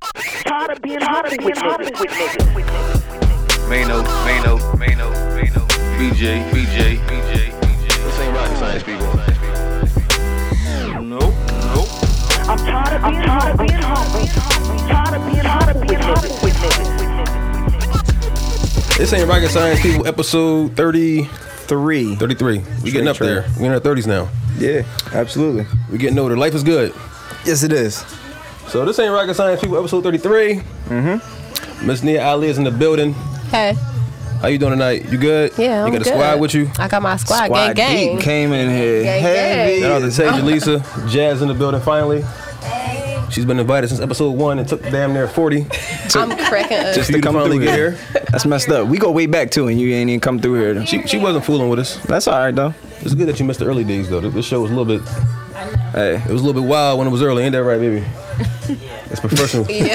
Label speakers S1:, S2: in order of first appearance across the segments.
S1: tired of being hotter, being hotter, with niggas. with niggas.
S2: Mano, Mano, Mano, Mano, BJ, BJ, BJ, BJ. This ain't rocket science, people. Nope, nope.
S1: I'm tired of being tired of being humble. Tired of being tired of being hotter with niggas.
S3: This ain't rocket science, people. Episode 30,
S4: Three.
S3: 33. We getting up
S4: Straight
S3: there.
S4: track.
S3: We in our 30s now.
S4: Yeah, absolutely.
S3: We getting older. Life is good.
S4: Yes, it is.
S3: So this ain't rocket science, people. Episode 33. Mm-hmm. Miss Nia Ali is in the building.
S5: Hey,
S3: How you doing tonight? You good?
S5: yeah,
S3: You
S5: I'm
S3: got
S5: good.
S3: a squad with you?
S5: I got my squad,
S4: Squad
S5: gang,
S4: Heat
S5: gang.
S4: came in here
S5: Gang,
S4: heavy.
S3: Shout out to Tasia Lisa. Jazz in the building finally. She's been invited since episode one and took damn near 40.
S5: I'm cracking up.
S3: Just to come finally
S4: through
S3: get
S4: here.
S3: here.
S4: That's messed up. We go way back too, and you ain't even come through here.
S3: She, she wasn't fooling with us.
S4: That's all right though.
S3: It's good that you missed the early days though. This show was a little bit
S4: Hey,
S3: It was a little bit wild when it was early. Ain't that right, baby? It's professional.
S5: yeah,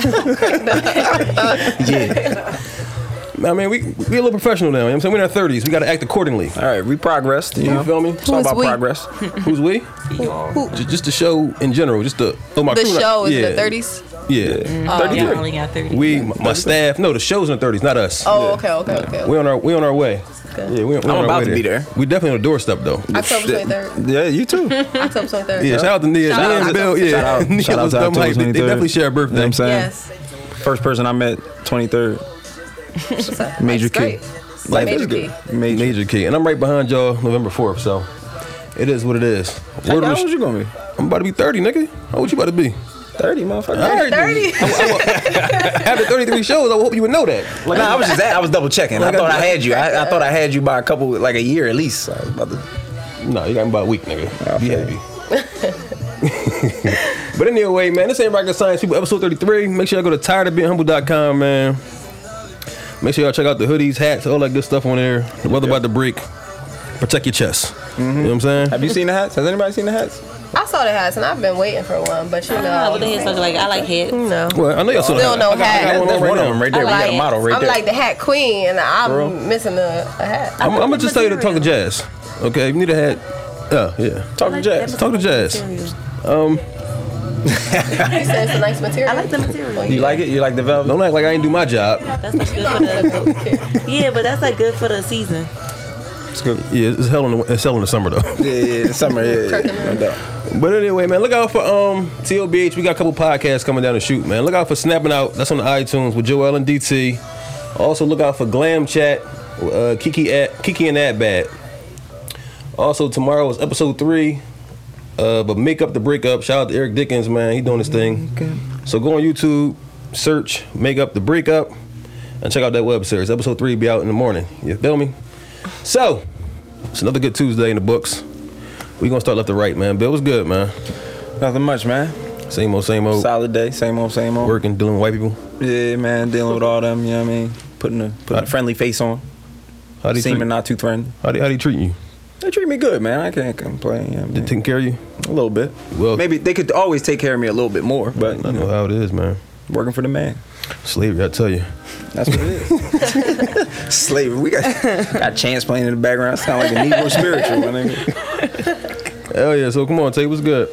S3: I mean, we we a little professional now. You know what I'm saying we're in our 30s. We got to act accordingly.
S4: all right. We progressed. You
S3: You
S4: know,
S3: feel me?
S4: it's all
S5: Who's
S4: about
S5: we?
S4: progress.
S3: Who's we? J- Just the show in general. Just the oh my.
S5: the
S3: crew,
S5: show is
S3: yeah,
S5: in the 30s.
S3: Yeah,
S5: Oh,
S6: Y'all only got 30.
S3: we my, my staff. No, the show's in the 30s, not us.
S5: Oh, okay, okay, okay.
S3: We on our we on our way. Yeah, we, we on
S4: I'm
S3: our
S4: about
S3: way
S4: to be there.
S3: We definitely on the doorstep though.
S5: October 23rd.
S4: Yeah, you too.
S5: October 23rd.
S3: Yeah, shout out to Nia,
S5: Shout
S3: Nia
S5: out
S3: and
S5: to-
S3: Bill. Yeah,
S4: Shout out,
S3: Nia
S4: shout out
S3: was
S4: to
S3: dumb
S4: October
S3: hype. They,
S4: 23rd.
S3: they definitely share a birthday.
S4: You know what I'm saying?
S5: Yes.
S4: First person I met, 23rd. Major
S5: That's
S4: key.
S5: great.
S3: Life
S5: Major
S3: is good.
S4: key. Major.
S3: Major key. And I'm right behind y'all November 4th, so it is what it is. Word of
S4: How
S3: the
S4: old
S3: sh-
S4: you gonna be?
S3: I'm about to be 30, nigga. How old you about to be?
S4: 30, motherfucker.
S3: All right,
S5: 30.
S3: then. I- I- After 33 shows, I hope you would know that.
S4: Like, nah, I was just at, I was double checking. I thought I had you. I, I thought I had you by a couple, like a year at least. I was about to-
S3: No, you got me about a week, nigga. Be
S4: feel
S3: happy. but anyway, man, this ain't Rocket Science People, episode 33. Make sure y'all go to tiredofbeinghumble.com, man. Make sure y'all check out the hoodies, hats, all that good stuff on there. The weather about to break. Protect your chest. You know what I'm saying?
S4: Have you seen the hats? Has anybody seen the hats?
S5: I saw the hats and I've been waiting for one, but you
S6: I don't know what the
S5: know.
S6: heads look like. I like heads.
S5: No.
S3: Well, I know y'all saw
S5: Still
S3: that.
S5: no
S3: I got- I got
S5: hat.
S3: one on
S4: That's
S3: right
S4: one of
S3: now.
S4: them right there. We got
S6: like
S4: a
S6: it.
S4: model right
S5: I'm
S4: there.
S5: like the hat queen and I'm
S4: Girl.
S5: missing a, a hat.
S3: I'm, I'm gonna just tell you to talk to Jazz. Okay, if you need a hat. Oh, yeah.
S4: Talk to Jazz.
S3: Talk to Jazz.
S5: You said it's a nice material. I like the material.
S4: You like it? You like the velvet?
S3: Don't act like I ain't do my job.
S6: That's like good for the yeah, but that's like good for the season.
S4: It's good.
S3: Yeah, it's hell in the, it's hell in the summer though.
S4: Yeah, yeah, summer. Yeah, yeah. No doubt.
S3: But anyway, man, look out for um TLBH. We got a couple podcasts coming down the shoot, man. Look out for Snapping Out. That's on the iTunes with Joel and DT. Also, look out for Glam Chat, uh, Kiki at Kiki and That Bad. Also, tomorrow is episode three. Uh, but make up the breakup. Shout out to Eric Dickens, man. He doing his thing. So go on YouTube, search "Make Up the Breakup," and check out that web series. Episode three be out in the morning. You feel me? So it's another good Tuesday in the books. We gonna start left to right, man. Bill was good, man.
S4: Nothing much, man.
S3: Same old, same old.
S4: Solid day. Same old, same old.
S3: Working, dealing with white people.
S4: Yeah, man. Dealing with all them. You know what I mean? Putting a putting a friendly face on.
S3: How they treat,
S4: Seeming not too friendly.
S3: how they, how they treating you?
S4: They treat me good, man. I can't complain. You know what I
S3: They
S4: mean?
S3: taking care of you?
S4: A little bit.
S3: Well-
S4: Maybe they could always take care of me a little bit more, but
S3: I
S4: you
S3: know
S4: know,
S3: how it is, man.
S4: working for the man.
S3: Slavery, I tell you.
S4: That's what it is. Slavery. We got got chance playing in the background. Sound like a Negro spiritual. my nigga.
S3: Hell yeah. So come on, Tay, what's good?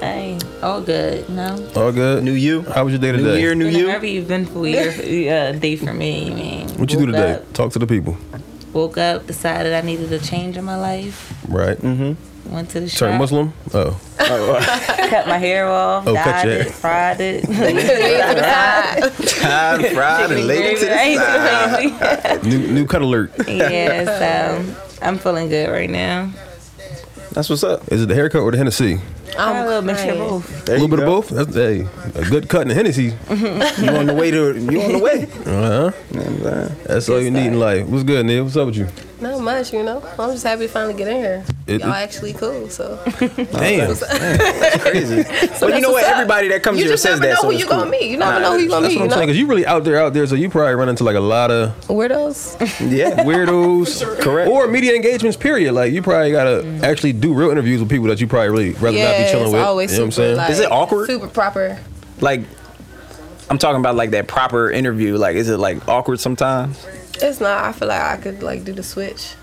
S6: Hey, all good. No.
S3: All good.
S4: New you.
S3: How was your day
S4: New
S3: today?
S4: year, new
S6: Been a
S4: you.
S6: very eventful year, uh, day for me. I mean,
S3: What you do
S6: woke
S3: today?
S6: Up,
S3: Talk to the people.
S6: woke up, decided I needed a change in my life.
S3: Right.
S4: Mm-hmm.
S6: Went to the shop,
S3: Turn Muslim. Oh,
S6: cut my hair off,
S3: Oh, cut
S6: dyed
S3: your
S6: it,
S3: hair.
S6: fried it.
S4: Time fried and laid to the side.
S3: new new cut alert.
S6: yeah, so I'm feeling good right now.
S4: That's what's up.
S3: Is it the haircut or the Hennessy?
S6: I'm a little mixture of
S5: crying.
S6: both.
S3: a little bit of both. That's hey, a good cut and a Hennessy.
S4: You on the way to? You on the way?
S3: Uh huh.
S4: You know what I'm saying?
S3: That's all you need in life. What's good, Neil? What's up with you?
S5: Not much, you know. I'm just happy to finally get in here.
S3: It-
S5: Y'all
S3: it-
S5: actually cool, so
S3: Damn.
S4: crazy. well, you know what?
S5: what's up.
S4: Everybody that comes
S5: you
S4: here
S5: just
S4: says
S5: never
S4: that.
S5: know
S4: so
S5: who
S4: it's
S5: you
S4: cool.
S5: gonna meet. You never
S4: Nah,
S5: know who you gonna
S3: That's
S5: meet.
S3: what
S5: You
S3: I'm saying.
S5: know,
S3: Cause you really out there, out there. So you probably run into like a lot of
S5: weirdos.
S4: Yeah.
S3: weirdos
S4: Correct.
S3: or media engagements period like you probably gotta
S5: Mm-hmm.
S3: actually do real interviews with people that you probably really rather
S5: yeah,
S3: not be chilling
S5: it's
S3: with
S5: always
S3: you know what i'm
S5: super,
S3: saying
S5: Like,
S4: Is it awkward?
S5: Super proper.
S4: Like, I'm talking about like that proper interview. Like, is it like awkward sometimes?
S5: It's not. I feel like I could like do the switch.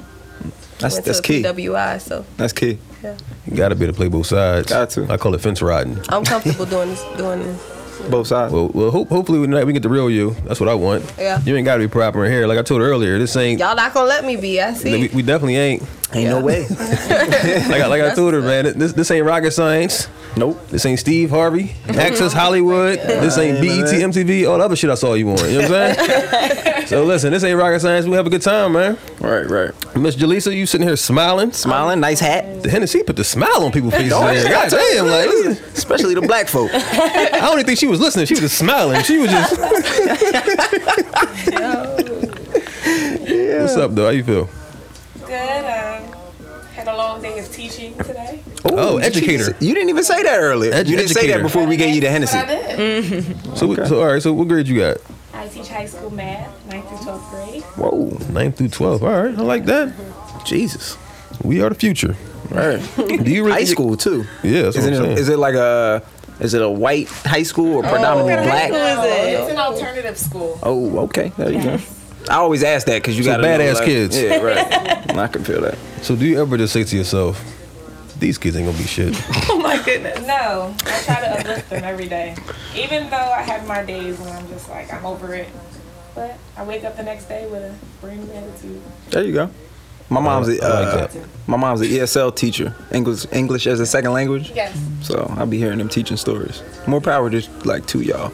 S4: That's
S5: Went
S4: that's
S5: to
S4: key.
S5: PWI, so
S4: That's key.
S5: yeah,
S3: you gotta be able to play both sides
S4: Got to.
S3: i call it fence riding
S5: I'm comfortable doing this, doing
S4: Both sides.
S3: Well, well ho- hopefully we, not, we get the real you. That's what I want.
S5: Yeah.
S3: You ain't got to be proper in here. Like I told her earlier, this ain't.
S5: Y'all not gonna let me be. I see.
S3: We, we definitely ain't.
S4: Ain't no
S5: Yeah.
S4: way.
S3: Like, I- like I told her, man, this, this ain't rocket science.
S4: Nope.
S3: This ain't Steve Harvey, Access Hollywood.
S5: Oh
S3: This ain't E
S4: Nah, ain't none
S3: BET,
S4: of
S3: MTV, all the other shit I saw you on. You know what I'm saying? so listen, this ain't rocket science. We have a good time, man.
S4: Right, right.
S3: Miss Jaleesa, you sitting here smiling.
S4: Smiling, nice hat.
S3: The Hennessy put the smile on people's faces.
S4: Dog,
S3: man. God damn, like this is-
S4: Especially the black folk.
S3: I don't even think she was listening. She was just smiling. She was just. What's up, though? How you feel?
S7: Good. Um, had a long day of teaching today.
S3: Oh,
S4: did you-
S3: educator.
S4: You didn't even say that earlier.
S3: Edu-
S4: you didn't say
S3: educator.
S4: that before we gave you the
S7: That's
S4: Hennessy.
S7: what I did.
S3: So, so all right. So, what grade you got?
S7: I teach high school math, 9th through 12th grade.
S4: Whoa,
S3: Ninth through twelve. All right, I like that.
S4: Jesus.
S3: We are the future.
S4: Right.
S3: Do you really
S4: High school too.
S3: Yeah, that's
S4: is
S3: what
S4: it,
S3: I'm saying.
S4: is it like a? Is it a white high school
S5: Oh,
S4: or predominantly black?
S7: Oh, It's an alternative school.
S4: Oh, okay. There you go. I always ask that because you
S3: So
S4: got
S3: badass kids.
S4: Yeah, right. I can feel that.
S3: So, do you ever just say to yourself, "These kids ain't gonna be shit"?
S7: Oh my goodness. No, I try to uplift them every day. Even though I have my days when I'm just like, I'm over it. But I wake up the next day with a brand new attitude.
S4: There you go. My mom's a,
S3: I like
S4: uh,
S3: that.
S4: my mom's an ESL teacher, English English as a second language.
S7: Yes.
S4: So I'll be hearing them teaching stories. More power to like to y'all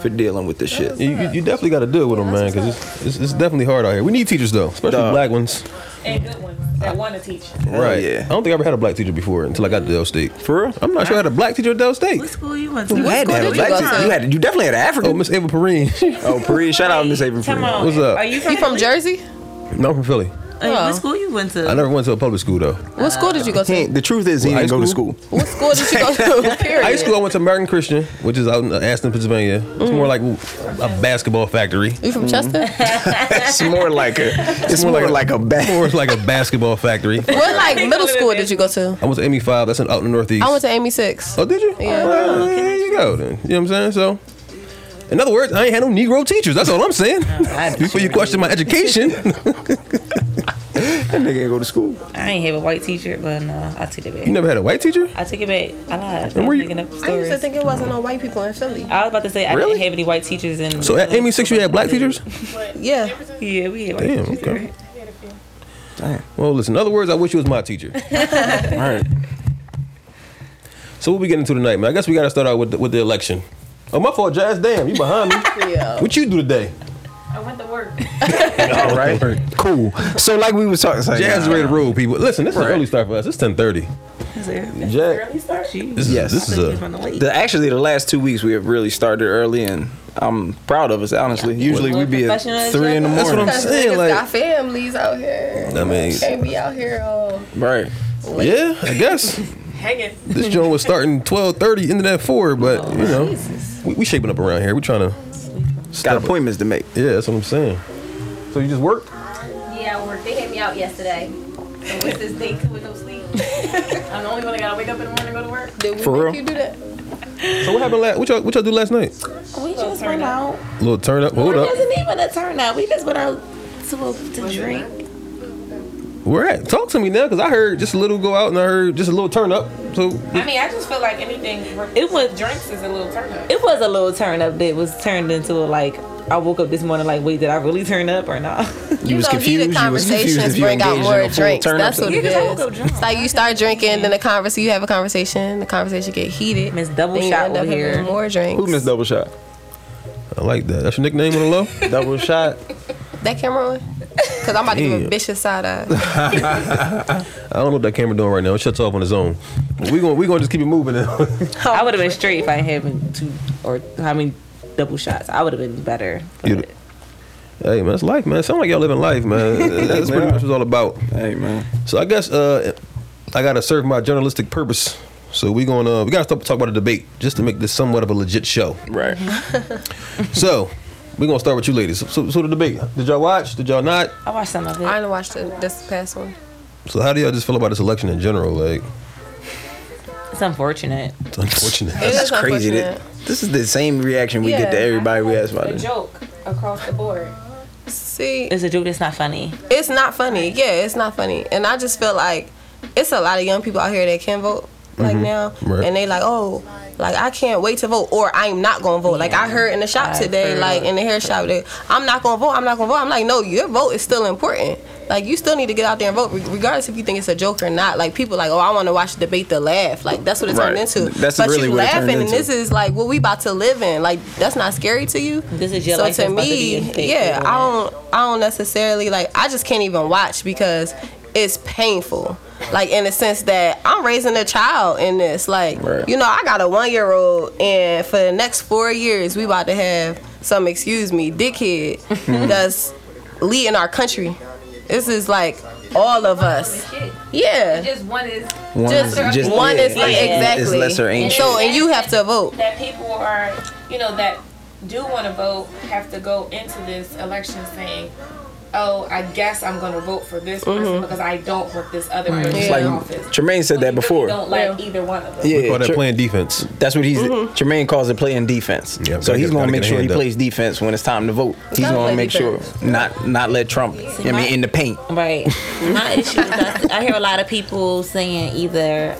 S4: for dealing with this shit.
S3: You, you- you definitely got to deal with them, man, because it's, it's, it's definitely hard out here. We need teachers though, especially
S4: Dog.
S3: black ones.
S7: And good ones that want to teach.
S3: Right.
S4: yeah.
S3: I don't think I ever had a black teacher before until I got to Dell State.
S4: For real?
S3: I'm not sure I had a black teacher at Dell State.
S6: What school you went to?
S4: You had to
S5: school
S4: have a
S5: did you
S4: black
S5: go
S4: teacher.
S5: to?
S4: You had. You definitely had an
S3: Oh,
S4: African.
S3: Miss Ava Perrine.
S4: Oh, Perez, shout out Miss April
S6: Come
S4: Perez.
S6: on.
S3: What's up?
S6: Are you from,
S5: you from Jersey? Oh.
S3: no, I'm from Philly.
S6: Hey, what school you went to?
S3: Oh. I never went to a public school though.
S5: What school did you
S4: He
S5: go to?
S4: ain't- the truth is, he
S3: Well,
S4: didn't
S3: high
S4: go to
S3: school?
S4: school.
S5: What school did you go to? Period.
S3: High school, I went to American Christian, which is out in Aston, Pennsylvania. It's more like a basketball factory.
S5: You from Chester?
S4: It's more like a. It's more, like, a
S3: More
S4: bad.
S3: it's like a basketball factory. I
S5: what like middle school did you go to?
S3: went to Amy Five. That's in, out in the Northeast.
S5: I went to Amy Six.
S3: oh, did you?
S5: Yeah.
S3: Oh, well, there you go. Then. You know what I'm saying? So. In other words, I ain't had no Negro teachers. That's all I'm saying. Before you question my education,
S4: That nigga ain't go to school.
S6: I ain't have a white teacher, but no, I take it back.
S3: you never had a white teacher.
S6: I take it back. I lied.
S3: And
S6: I'm
S3: where you-
S6: making up stories.
S5: I used to think it wasn't no white people in Philly.
S6: I was about to say I
S4: Really?
S6: didn't have any white teachers in.
S3: So at Amy Six, you had black teachers.
S5: Yeah.
S6: Yeah, we had white
S3: Damn.
S6: teachers.
S3: Okay.
S4: Damn.
S3: Well, listen. In other words, I wish you was my teacher.
S4: All right.
S3: So what we getting into tonight, man? I guess we got to start out with the, with the election. Oh, my fault, Jazz. Damn, you behind me.
S5: Yeah.
S3: What you do today?
S7: I went to work.
S3: Oh,
S4: All right. Cool. So like we was talking. it's Like,
S3: Jazz is
S4: nah.
S3: ready to roll, people. Listen, this is an
S4: Right.
S3: early start for us. It's ten thirty.
S6: Is there-
S3: Jazz,
S6: Jeez.
S3: this is,
S4: Yes.
S3: this is
S6: Kids
S3: a.
S6: run away.
S4: The, actually, the last two weeks we have really started early, and I'm proud of us. Honestly, usually we be at
S6: Professional as
S4: three in the
S6: ever.
S3: That's what
S4: morning.
S3: I'm
S5: Because
S3: saying.
S5: niggas got
S3: Like,
S5: families out here.
S3: I mean,
S5: Can't be out here. Uh,
S4: Right.
S3: yeah, I guess
S7: Hanging.
S3: this joint was starting twelve thirty, ended at four. But you know, we, we shaping up around here. We trying to.
S4: Got appointments to make.
S3: Yeah, that's what I'm saying. So you just worked?
S8: Yeah, I work. They had me out yesterday. So what's this day two with no sleep?
S7: I'm the only one that got to wake up in the morning and go to work.
S5: did we
S4: For
S5: make
S4: real?
S5: you do that?
S3: So what happened last? What y'all, what y'all do last night?
S6: We just went out.
S3: little turn up. Hold
S6: It
S3: up.
S6: wasn't even a turnout. We just went out to a, to drink.
S3: Where at? Talk to me now, cause I heard just a little go out and I heard just a little turn up. So
S7: I mean, I just feel like anything with
S6: It was
S7: drinks is a little turn up.
S6: It was a little turn up that was turned into a, like I woke up this morning like wait did I really turn up or not?
S4: You was
S5: know,
S4: confused.
S5: Heated
S4: You was confused
S5: conversations
S4: if you
S5: bring out
S4: engaged
S5: more
S4: in a full
S5: drinks.
S4: turn up.
S5: That's what it
S6: Yeah, 'cause I woke up
S5: is.
S6: drunk.
S5: It's like you start drinking, then the converse you have a conversation, the conversation get heated.
S6: Miss Double
S5: then you
S6: Shot
S5: end up
S6: over
S5: having
S6: here.
S5: More
S4: Who
S5: drinks.
S4: missed double shot?
S3: I like that. That's your nickname on the low.
S4: Double shot.
S5: that camera on? Cause I'm about to give
S3: Damn.
S5: a vicious side eye.
S3: I don't know what that camera doing right now. It shuts off on its own. We gonna we gonna just keep it moving now.
S6: I would have been straight if I had been two or how many double shots. I would have been better.
S3: You- hey man, it's life, man. It sound like y'all living life, man. That's pretty much what it's all about.
S4: Hey man.
S3: So I guess uh, I gotta serve my journalistic purpose. So we gonna uh, we gotta stop talk about a debate just to make this somewhat of a legit show.
S4: Right.
S5: Mm-hmm.
S3: So we gonna start with you ladies. So, so the debate. Did y'all watch? Did y'all not?
S6: I watched some of it.
S5: I didn't watch the, this past one.
S3: So how do y'all just feel about this election in general? Like
S6: It's unfortunate.
S3: it's unfortunate.
S5: It
S4: That's
S5: is
S4: crazy. That,
S5: unfortunate.
S4: this is the same reaction we get to
S5: Yeah.
S4: everybody we ask about
S7: a
S4: this.
S7: joke across the board.
S5: See,
S6: It's a joke that's not funny.
S5: it's not funny. Yeah, it's not funny. And
S4: Mm-hmm.
S5: I just feel like it's a lot of young people out here that can vote like now,
S3: Right.
S5: and they like, oh, Like I can't wait to vote, or I am not gonna vote. Like I heard in the shop
S6: I
S5: today,
S6: heard.
S5: like in the hair shop, that I'm not gonna vote. I'm not gonna vote. I'm like, no, your vote is still important. Like you still need to get out there and vote, re- regardless if you think it's a joke or not. Like people like, oh, I want to watch the debate to laugh. Like that's what it turned
S4: Right.
S5: into.
S4: That's
S5: but
S4: really
S5: you
S4: what it turned
S5: laughing, and
S4: into.
S5: this is like what we about to live in. Like that's not scary to you.
S6: This is your
S5: so
S6: life
S5: to
S6: that's about to be
S5: me,
S6: in fake,
S5: yeah,
S6: isn't
S5: I
S6: it?
S5: don't don't- I don't necessarily like I just can't even watch because it's painful. Like in the sense that I'm raising a child in this. Like
S4: Right.
S5: you know, I got a one year old and for the next four years we about to have some excuse me, dickhead that's leading our country. This is like all of us.
S8: Shit.
S5: Yeah.
S8: Just one is.
S4: One
S5: Just,
S4: is- just-
S5: one
S4: yeah,
S5: is like
S4: it's-
S5: exactly
S4: It's lesser ancient.
S5: So and you have to vote.
S7: that people are, you know, that do want to vote have to go into this election saying, "Oh, I guess I'm going to vote for this person
S8: Mm-hmm.
S7: because I don't want this other person
S4: It's
S5: Yeah.
S7: in
S4: like
S7: office."
S4: Tremaine said
S7: When
S4: that
S7: you
S4: before.
S7: really Don't like either one of them.
S4: Yeah,
S3: We call that
S4: Tre-
S3: playing defense.
S4: that's what he's.
S5: Mm-hmm.
S4: Tremaine calls it playing defense.
S3: Yeah,
S4: so
S3: gotta
S4: he's
S3: get-
S4: going
S3: gotta
S4: to make
S3: get a
S4: sure he
S3: hand up.
S4: plays defense when it's time to vote. He's
S5: Gotta
S4: going
S5: play
S4: to make
S5: defense.
S4: sure not not let Trump. I mean, in the paint.
S6: Right. My issue is I, I hear a lot of people saying either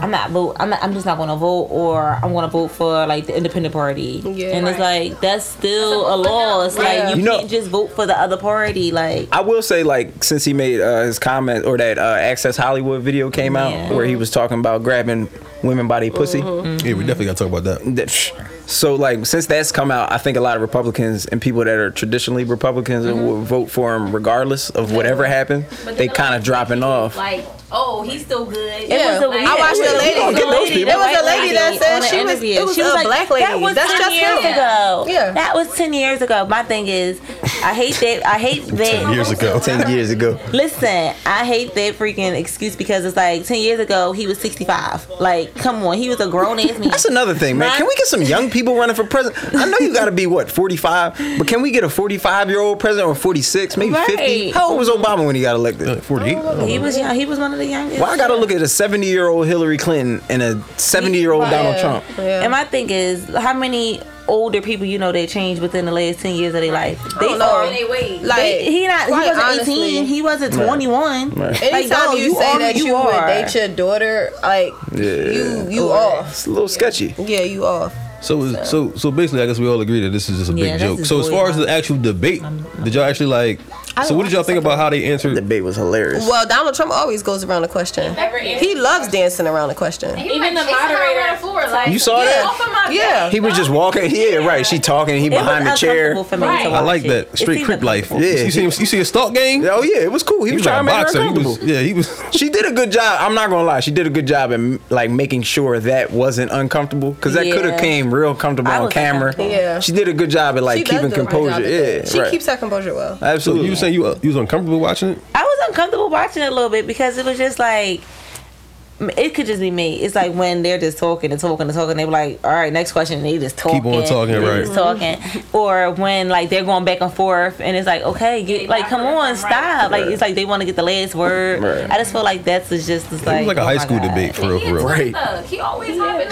S6: I'm not vote I'm not, I'm just not going to vote or I'm going to vote for like the independent party.
S5: Yeah.
S6: and it's like that's still a law. It's
S5: Yeah.
S6: like you,
S4: You know-
S6: can't just vote for the other party like
S4: I will say, like, since he made uh, his comment or that uh, Access Hollywood video came out
S6: Yeah.
S4: where he was talking about grabbing women by their pussy. Mm-hmm.
S3: Yeah, we definitely got to talk about that.
S4: that- psh. So like since that's come out, I think a lot of Republicans and people that are traditionally Republicans will vote for him regardless of whatever happened.
S8: But
S4: They
S8: then,
S4: kind of
S8: like,
S4: dropping off.
S8: Like, oh, he's still good.
S5: Yeah,
S6: was a-
S5: I watched
S6: yeah,
S5: the
S6: we
S5: lady.
S6: gonna get those
S5: It
S6: people.
S5: was a
S6: White
S5: lady that
S6: lady
S5: said
S6: on
S5: she
S6: an
S5: was.
S6: interview.
S5: It was
S6: She was
S5: a
S6: like,
S5: black lady.
S6: That was
S5: That's
S6: 10
S5: just
S6: years
S5: him.
S6: ago.
S5: Yeah.
S6: That was 10 years ago. My thing is, I hate that. I hate that.
S3: Years ago.
S4: Ten years ago,
S6: Listen, I hate that freaking excuse because it's like 10 years ago, he was 65. Like, come on. He was a grown ass man.
S4: that's another thing, man.
S6: My-
S4: Can we get some young people running for president? I know you got to be what forty five, but can we get a forty five year old president or forty six, maybe
S6: Right.
S4: fifty? How old was Obama when he got elected?
S3: 48?
S6: He was young. He was one of the youngest.
S4: Why I got to look at a seventy year old Hillary Clinton and a seventy year old Donald Trump?
S5: Yeah.
S6: And my thing is, how many older people you know that changed within the last 10 years of their life? They
S5: don't know.
S6: are-
S8: They wait.
S5: Like
S6: They, he not. He
S5: quite
S6: wasn't
S5: honestly,
S6: 18. He wasn't 21.
S5: Anytime
S6: dog,
S5: you, say
S6: are
S5: that you, would date your daughter, like you you off.
S4: It's a little sketchy.
S5: Yeah, you off.
S3: So, is- so, so basically, I guess we all agree that this is just a big
S6: Yeah, this
S3: joke.
S6: is
S3: So, as far as
S6: bullshit.
S3: the actual debate, did y'all actually like?
S5: I
S3: So, what did y'all think about how they
S4: The
S3: answered?
S4: debate was hilarious.
S5: Well, Donald Trump always goes around the question.
S7: Never
S5: He
S7: answers
S5: loves dancing around the question.
S8: He
S7: Even
S8: like
S7: the
S8: chasing her
S7: moderator-
S8: around the floor, like,
S4: You saw
S8: get
S4: that?
S8: off of my
S5: Yeah.
S8: back,
S4: He was
S8: dog.
S4: just walking. Yeah, right. She talking. He
S6: It was
S4: behind the chair.
S6: uncomfortable For me
S7: Right.
S6: to
S3: I
S6: watch
S3: like
S6: it. It
S3: that straight
S6: seemed
S3: creep life.
S6: uncomfortable.
S4: Yeah.
S3: You see, him, you see a stalk game?
S4: Oh yeah, it was cool. He, was, trying to make her
S3: He
S4: uncomfortable.
S3: was, yeah, he was.
S4: She did a good job. I'm not gonna lie. She did a good job in like making sure that wasn't uncomfortable because that
S6: Yeah.
S4: could have came real comfortable
S6: I
S4: on
S6: was
S4: camera.
S6: uncomfortable.
S5: "Oh, Yeah.
S4: She did a good job at like
S5: She does
S4: keeping
S5: do a great job
S4: composure.
S5: at that.
S4: Yeah,
S5: she
S4: right.
S5: keeps her composure well.
S3: So
S4: absolutely.
S3: you were saying you, uh, you was uncomfortable watching it?
S6: I was uncomfortable watching it a little bit because it was just like it could just be me. It's like when they're just talking and talking and talking. They were like, "All right, next question." And they just talking,
S3: on talking,
S6: they
S3: right.
S6: Just talking, or when like they're going back and forth, and it's like, "Okay, get like, come on, stop!" Like it's like they want to get the last word.
S4: Right.
S6: I just feel like that's is just it's
S3: It was like a
S6: oh
S3: high
S6: my
S3: school
S6: God.
S3: debate, for real,
S8: He
S3: for real.
S8: is a
S4: Right.
S8: thug. He always hopping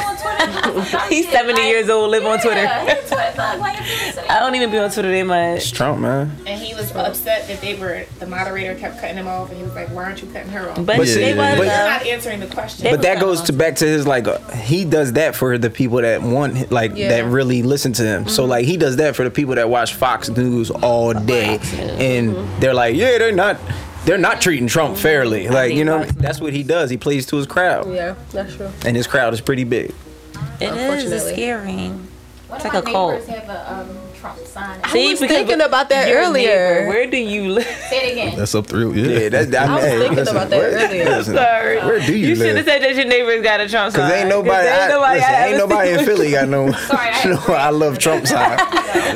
S8: on Twitter.
S6: He's 70 years old, live on Twitter.
S8: Yeah, he's a Twitter thug. Like, if you
S6: I don't even be on Twitter that much.
S4: It's Trump, man.
S7: And he was upset that they were the moderator kept cutting him off, and he was like, "Why aren't you cutting her off?"
S6: But,
S4: But
S6: they
S4: see,
S6: was
S4: but-
S7: you're
S8: um,
S6: though.
S7: not answering the question.
S6: They-
S4: But that goes to back to his like uh, he does that for the people that want like
S5: Yeah.
S4: that really listen to him. So like he does that for the people that watch Fox News all day, and they're like, yeah, they're not, they're not treating Trump fairly. Like you know, that's what he does. He plays to his crowd,
S5: Yeah, that's true.
S4: and his crowd is pretty big.
S6: It is it's
S5: Unfortunately.
S6: scary.
S8: One
S6: It's
S8: of
S6: like
S8: my
S6: a cult.
S8: neighbors have a um, Trump sign. I
S5: was thinking about that
S6: you're a
S5: earlier.
S6: neighbor. Where do you live?
S8: say it again.
S3: That's up through.
S4: Yeah,
S3: Yeah,
S4: that's. I, mean,
S5: was
S4: hey,
S5: thinking
S4: listen,
S5: about that
S4: where-
S5: earlier.
S4: listen,
S6: Sorry.
S4: Where do you
S6: You should have
S4: live?
S6: said that your neighbor's got a Trump sign.
S4: Cause ain't nobody,
S6: ain't nobody,
S4: I,
S6: I
S4: listen, ain't
S6: ever
S4: nobody
S6: seen
S4: in Philly got no,
S8: Sorry, I-
S4: no I love Trump sign.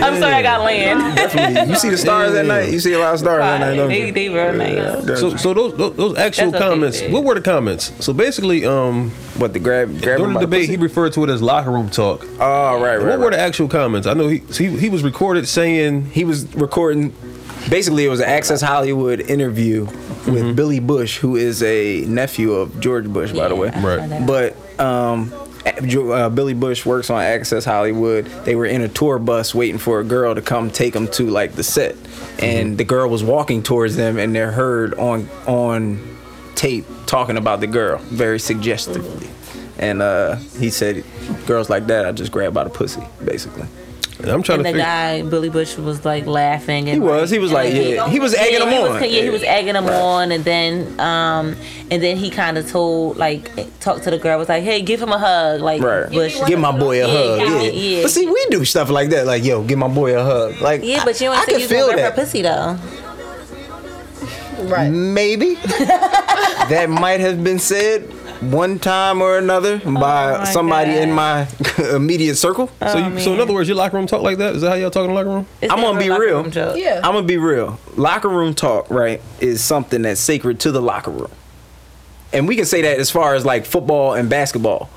S6: I'm sorry, I got land.
S4: Definitely, you see the stars at night. You see a lot of stars at night. Don't
S6: They,
S4: you?
S6: they real nice.
S3: So, so those those, those actual
S6: That's what they
S3: comments.
S6: did.
S3: What were the comments? So basically, um,
S4: what the grab? Grab him
S3: during the
S4: by
S3: debate, he
S4: pussy?
S3: referred to it as locker room talk.
S4: Oh, right, right.
S3: What
S4: right.
S3: were the actual comments? I know he so he, he was recorded saying
S4: he was recording basically it was an access hollywood interview with billy bush who is a nephew of george bush by the way
S6: Yeah, I
S3: Right.
S6: saw that.
S4: but um a- Jo- uh, Billy Bush works on Access Hollywood. They were in a tour bus waiting for a girl to come take them to like the set, and the girl was walking towards them, and they're heard on on tape talking about the girl very suggestively. and uh, he said, "Girls like that, I just grab by the pussy, basically."
S3: And I'm trying
S6: And
S3: to
S6: the
S3: figure.
S6: guy Billy Bush was like laughing. And,
S4: He was. He was
S6: and,
S4: like, yeah. He was egging
S6: yeah,
S4: him
S6: he
S4: on.
S6: Was, yeah, he was egging him on, and then um, and then he kind of told like talked to the girl was like, hey, give him a hug, like
S4: Right.
S6: Bush.
S4: Give my boy a
S6: Yeah,
S4: hug.
S6: yeah,
S4: Yeah.
S6: yeah.
S4: But see, we do stuff like that. Like, yo, give my boy a hug. Like,
S6: Yeah, but you
S4: I, I
S6: don't say
S4: can
S6: you
S4: feel
S6: gonna
S4: that.
S6: rip her pussy though.
S5: Right.
S4: Maybe that might have been said one time or another by
S6: Oh my
S4: somebody
S6: God. Oh
S4: in my immediate circle.
S3: So, you, so in other words, your locker room talk like that? Is that how y'all talk in the locker room?
S6: It's
S4: I'm
S6: not
S4: gonna be
S6: like a
S4: real.
S6: room joke.
S5: Yeah.
S4: I'm gonna be real. Locker room talk, right, is something that's sacred to the locker room, and we can say that as far as like football and basketball.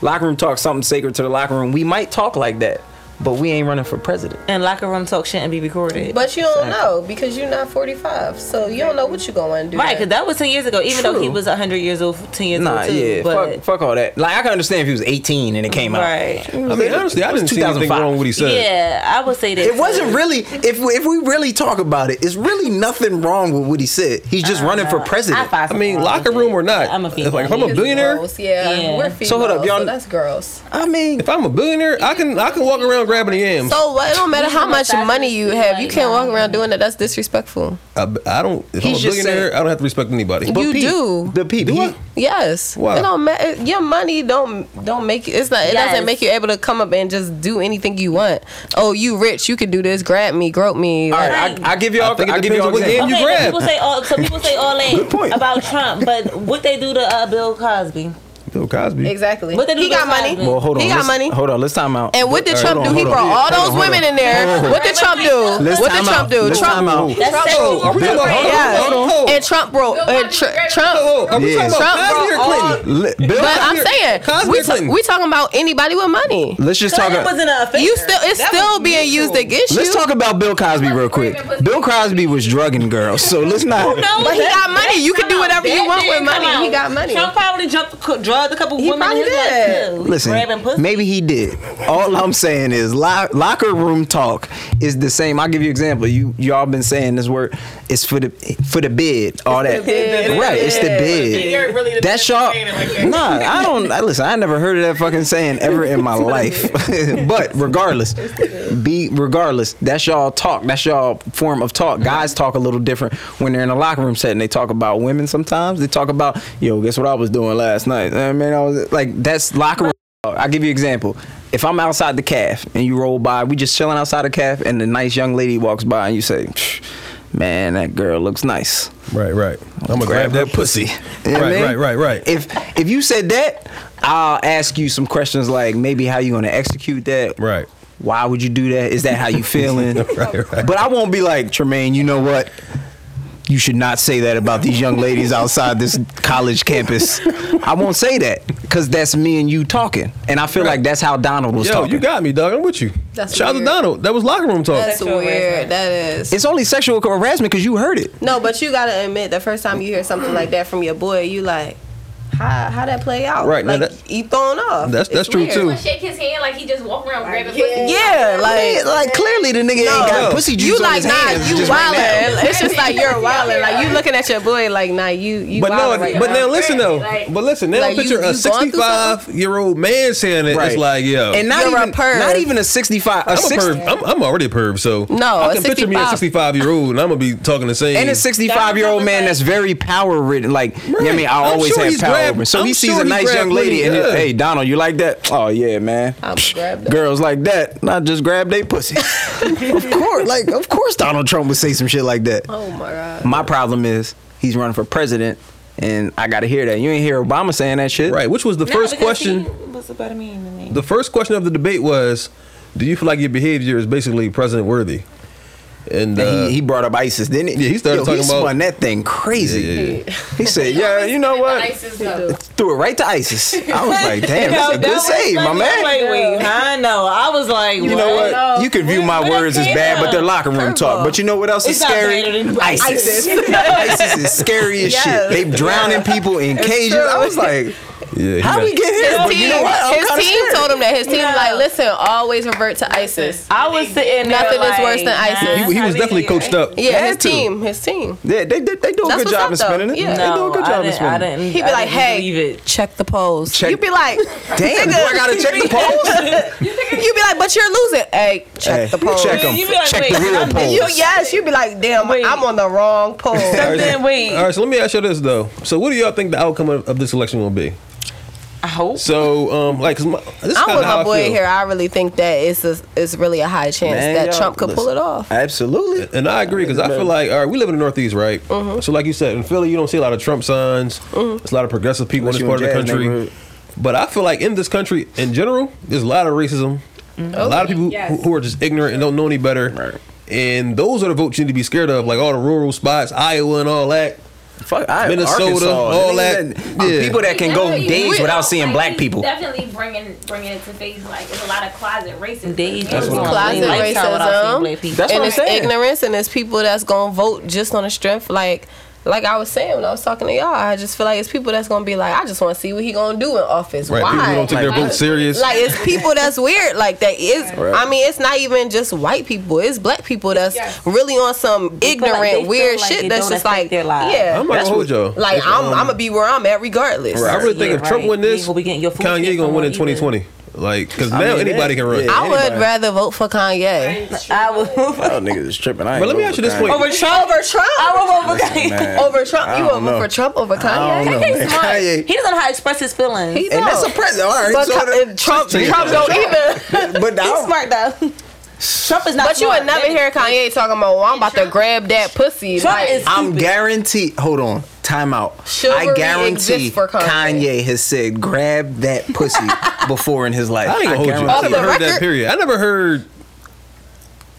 S4: Locker room talk, something sacred to the locker room. We might talk like that, but we ain't running for president.
S6: And locker room talk shouldn't be recorded.
S5: But you don't know because you're not 45, so you don't know what you're going to do.
S6: Right, because that was 10 years ago, even though he
S4: True.
S6: was 100 years old, 10 years
S4: Nah,
S6: old, too.
S4: yeah,
S6: but,
S4: fuck, fuck all that. Like I can understand if he was 18 and it came out.
S6: Right.
S3: I mean, honestly, I
S4: It was
S3: didn't see anything
S4: 2005.
S3: wrong with what he said.
S6: Yeah, I would say that.
S4: It wasn't really. If we, if we really talk about it, it's really nothing wrong with what he said. He's just running for president.
S3: I mean, locker room or not,
S6: I'm a
S3: if, like, if I'm
S6: female.
S3: a billionaire,
S5: Gross, yeah,
S6: Yeah.
S5: we're females, so hold up, y'all.
S4: y'all-
S5: that's gross.
S4: I mean,
S3: if I'm a billionaire, I can I can walk around grabbing the yams.
S5: So what? It don't matter how much money you have, you can't walk around doing that. That's disrespectful.
S3: I, I don't. If I'm a
S4: He's just
S3: billionaire,
S4: saying-
S3: I don't have to respect anybody.
S5: You do.
S4: the people.
S3: Do
S4: he-
S3: I?
S5: Yes.
S3: Why?
S5: It don't matter. Your money don't don't make it. It's not. It
S6: Yes.
S5: doesn't make you able to come up and just do anything you want. Oh, you rich? You can do this. Grab me. Grope me.
S4: All
S5: Like,
S4: right, I, I give y'all.
S3: I think it
S4: I give
S3: depends
S4: y'all
S3: on what game
S4: example.
S3: you
S6: Okay, but
S3: grab.
S6: people say all. So people say all
S4: point.
S6: that about Trump, but what they do to uh, Bill Cosby?
S3: Bill Cosby.
S5: exactly.
S6: What they do
S5: He
S6: to
S5: got
S6: Cosby?
S5: money.
S4: Well, hold on.
S5: He got
S4: let's-
S5: money.
S4: Hold on. Let's time out.
S5: And what did Trump do? He brought all those women in there. What did Trump do?
S4: Let's
S5: What
S4: time out.
S5: did Trump do?
S4: Let's time
S5: Trump.
S4: out.
S6: That's
S5: Trump-
S6: sexual
S3: Are we talking about- hold on,
S5: Yeah.
S3: hold on, hold on.
S5: And Trump broke. And tr-
S3: Oh,
S5: Trump.
S3: are we
S4: Yeah.
S3: talking about
S5: Trump
S3: Cosby or
S5: brought
S3: Clinton?
S4: Let- Bill,
S5: But I'm
S3: Cosby or-
S5: saying
S3: Cosby
S5: we
S3: or Clinton?
S5: we talking about anybody with money.
S4: let's just talk.
S6: That wasn't a affair.
S5: You still it's
S6: That
S5: still
S6: was
S5: being used
S6: mutual.
S5: against
S4: Let's
S5: you.
S4: talk about Bill Cosby real quick. Bill Cosby was drugging girls, so let's not.
S6: No,
S5: But he got money. You can do whatever you
S6: that
S5: want
S6: didn't
S5: with money.
S6: come out.
S5: He got money.
S6: Trump probably jumped, cu- drugged a couple
S5: He
S6: women. in
S5: probably
S6: his life,
S5: did.
S6: too. grabbing
S4: Listen,
S6: pussy.
S4: maybe he did. All I'm saying is lo- locker room talk is the same. I'll give you an example. You y'all been saying this word. It's for the for the bid. All that.
S5: bid.
S4: Right. It's the
S7: You're
S4: bid.
S7: really the
S4: That's
S7: best
S4: y'all.
S7: saying it like that.
S4: Nah, I don't. I, listen, I never heard of that fucking saying ever in my life. but regardless, be regardless. That's y'all talk. That's y'all form of talk. Guys talk a little different when they're in a locker room setting. They talk about women sometimes. They talk about yo. Guess what I was doing last night? I mean, I was like that's locker room. I'll give you an example. If I'm outside the calf and you roll by, we just chilling outside the calf, and the nice young lady walks by and you say, "Psh, "Man, that girl looks nice."
S3: Right, right. I'm gonna grab that pussy.
S4: You know what I
S3: Right,
S4: mean?
S3: right, right, right.
S4: If if you said that, I'll ask you some questions like maybe how you gonna execute that.
S3: Right.
S4: Why would you do that? Is that how you feeling?
S3: Right, right.
S4: But I won't be like Tremaine. You know what? You should not say that about these young ladies outside this college campus. I won't say that because that's me and you talking, and I feel like that's how Donald was
S3: Yo,
S4: talking.
S3: you got me, dog. I'm with you.
S5: That's
S3: Shout out to
S5: weird.
S3: Donald. That was locker room talk.
S5: That's
S6: Sexual
S5: weird.
S6: harassment.
S5: That is.
S4: it's only sexual harassment because you heard it.
S5: No, but you gotta admit the first time you hear something like that from your boy, you like, how how that play out?
S3: Right, now
S5: Like
S3: that-
S5: you thrown off.
S3: that's that's
S5: It's
S3: true
S5: weird.
S3: too.
S8: Shake his hand like he just walk around grabbing pussy.
S5: Yeah,
S4: Like,
S5: like
S4: like clearly the nigga ain't got
S3: No.
S4: pussy juice
S5: you
S4: on
S5: like
S4: his
S5: nah,
S4: hands.
S5: you
S4: just right now.
S5: wildin'. It's just like you're wildin'. Like you looking at your boy like nah, you you
S3: But no,
S5: wildin' right
S3: but
S5: now.
S3: now listen though.
S8: Like-
S3: but listen, now
S5: Like, you-
S3: picture
S5: you
S3: a
S5: going through
S3: 65
S5: something?
S3: year old man saying it. It's
S4: Right.
S3: like yo,
S4: and not
S5: You're a
S4: even
S5: perv.
S4: not even a 65 a
S3: I'm a
S4: 60,
S3: perv. I'm, I'm already a perv, so
S5: No,
S3: I
S5: a
S3: can picture me a
S5: 65.
S3: 65 year old, and I'm gonna be talking the same.
S4: and a 65 year old man that's very power ridden like you know what I mean I
S3: Right. I'm
S4: always
S3: sure
S4: have
S3: he's
S4: power
S3: grabbed-
S4: over so
S3: I'm
S4: he sees
S3: sure
S4: a
S3: he
S4: nice young
S3: grabbed
S4: lady
S3: lady,
S4: and he-
S3: yeah.
S4: hey Donald you like that oh yeah man
S5: I'm
S4: Psh,
S5: grabbed up.
S4: girls like that not just grab they pussy of course like of course Donald Trump would say some shit like that
S5: Oh my god.
S4: my problem is he's running for president and I gotta hear that you ain't hear Obama saying that shit
S3: right. Which was the
S6: No,
S3: first
S6: because
S3: question?
S6: He was a better man than me.
S3: The first question of the debate was, do you feel like your behavior is basically president worthy? And, uh,
S4: And he, he brought up ISIS, didn't he?
S3: Yeah, he started
S4: Yo,
S3: talking
S4: he
S3: about-
S4: spun that thing crazy.
S3: Yeah, yeah,
S4: He said, "Yeah, you know what?
S8: Ice is up.
S4: threw it right to ISIS. I was like, damn, that's a
S6: That
S4: good
S6: was
S4: save, my
S6: like, Oh,
S4: man.
S6: Wait, wait, I know. I was like,
S4: you know what? You could view my
S6: Where- where
S4: words
S6: that
S4: as
S6: came
S4: bad, but
S6: from?
S4: they're locker room talk.
S5: Curveball.
S4: But you know what else is
S6: It's not
S4: scary?
S6: better than
S4: ISIS. ISIS is scary as
S5: Yes.
S4: shit. They drowning people in cages. I was like,
S3: Yeah, he
S4: How
S3: got-
S4: we get here?
S5: His
S4: But you know
S5: team,
S4: what? I'm
S5: his
S4: kinda
S5: team
S4: scared.
S5: told him that. His team was like, listen, always revert to ISIS.
S9: I was sitting there
S5: Nothing is
S9: like,
S5: worse than ISIS.
S3: he, he was definitely coached up.
S5: Yeah, his
S4: Had to.
S5: team, his team.
S4: Yeah, they, they, they do a
S5: That's
S4: good
S5: what's up,
S4: job in
S5: though.
S4: spinning it.
S5: Yeah.
S4: They do a
S9: No,
S4: good
S9: I
S4: job in
S9: didn't. I
S4: spinning it.
S9: didn't
S5: He'd be
S9: I
S5: like,
S9: didn't
S5: hey,
S9: believe it.
S5: check the polls.
S4: Check-
S5: You'd be like,
S4: Damn, boy, I gotta check the polls.
S5: you'd be like, but you're losing. Hey, check
S4: Hey,
S5: the polls.
S4: Check them.
S9: You be like,
S4: check
S9: wait,
S4: the real
S9: I'm-
S4: polls.
S5: You, yes, you'd be like, damn,
S9: Wait.
S5: I'm on the wrong poll.
S3: All right,
S9: Then wait.
S3: All right, so let me ask you this though. So, what do y'all think the outcome of, of this election will be?
S9: I hope.
S3: So, um, like, 'cause my, this is
S5: I'm
S3: kinda
S5: with
S3: how I
S5: my boy
S3: feel.
S5: here. I really think that it's a, it's really a high chance
S4: Man,
S5: that
S4: y'all,
S5: Trump could pull
S4: listen.
S5: it off.
S4: Absolutely.
S3: And I agree because I feel like all right, we live in the Northeast, right?
S4: Mm-hmm.
S3: So, like you said, in Philly, you don't see a lot of Trump signs. It's a lot of progressive people
S4: Unless
S3: in
S4: you
S3: this part of
S4: in
S3: the
S4: Jazz
S3: country.
S4: neighborhood.
S3: But I feel like in this country in general, there's a lot of racism. A lot of people who-
S7: Yes.
S3: who are just ignorant and don't know any better.
S4: Right.
S3: And those are the votes you need to be scared of, like all the rural spots, Iowa and all that.
S4: uh, Fuck, I,
S3: Minnesota,
S4: Arkansas,
S3: all
S4: man,
S3: that.
S4: man,
S3: Yeah.
S4: People that can go days without seeing black people.
S8: Definitely bringing bringing it to face like it's a lot of closet racism.
S6: They
S8: That's
S6: just
S8: what
S6: want
S8: I'm
S5: Closet
S6: to live
S5: racism.
S4: That's
S5: and
S4: what I'm
S5: it's
S4: saying.
S5: ignorance, and it's people that's gonna vote just on the strength, like. Like I was saying when I was talking to y'all, I just feel like it's people that's gonna be like, I just want to see what he gonna do in office.
S3: Right?
S5: Why?
S3: People who don't take their
S5: Like,
S3: votes serious.
S5: like it's people that's weird like that is
S4: Right.
S5: i mean it's not even just white people it's black people that's
S7: Yes.
S5: really on some
S6: feel like-
S5: ignorant
S6: they
S5: weird
S6: feel like
S5: shit
S6: it
S5: that's
S6: don't
S5: just
S6: affect
S5: like
S6: their lives.
S5: yeah
S3: I'm not gonna hold y'all.
S5: like
S3: If,
S5: i'm
S3: um,
S5: i'm gonna be where i'm at regardless
S3: I really think
S6: Yeah,
S3: if Trump
S6: right.
S3: win
S6: You
S3: this,
S6: ain't gonna be getting your food
S3: Kanye
S6: stamps
S3: gonna
S6: no
S3: win in
S6: more
S3: 2020. Like, cause
S4: I
S3: now
S4: mean,
S3: anybody
S4: that-
S3: can run.
S4: yeah.
S5: i would
S4: Anybody.
S5: rather vote for kanye
S6: I would.
S4: Oh, niggas is tripping. I ain't
S3: But let me
S4: going
S3: ask you
S4: with
S3: this point.
S4: Kanye.
S6: Over Trump?
S5: over trump
S6: I would vote for Kanye.
S4: Oh, Man,
S5: over trump
S4: I
S5: you
S4: don't
S5: would vote
S4: know.
S5: for trump over
S4: I
S5: kanye
S4: don't know.
S6: He's smart.
S4: Kanye.
S6: He doesn't know how to express his feelings.
S5: He
S4: And that's a
S5: don't.
S4: president. All right.
S5: but
S4: so
S5: Ka-
S4: that-
S5: if Trump, Trump don't even.
S4: But
S6: He's
S4: now,
S6: smart though. Trump is not.
S5: But you
S6: smart.
S5: would never hear Kanye talking about, well, I'm about to grab that pussy.
S6: Trump
S5: like,
S6: is
S4: I'm
S6: stupid.
S4: guaranteed. Hold on. Time out.
S5: Chivalry
S4: I guarantee
S5: exists for Kanye.
S4: Kanye has said, "Grab that pussy" before in his life.
S3: I ain't gonna hold you. I
S5: Off
S3: never
S4: guarantee
S5: the
S3: heard that.
S5: record-
S3: Period. I never heard.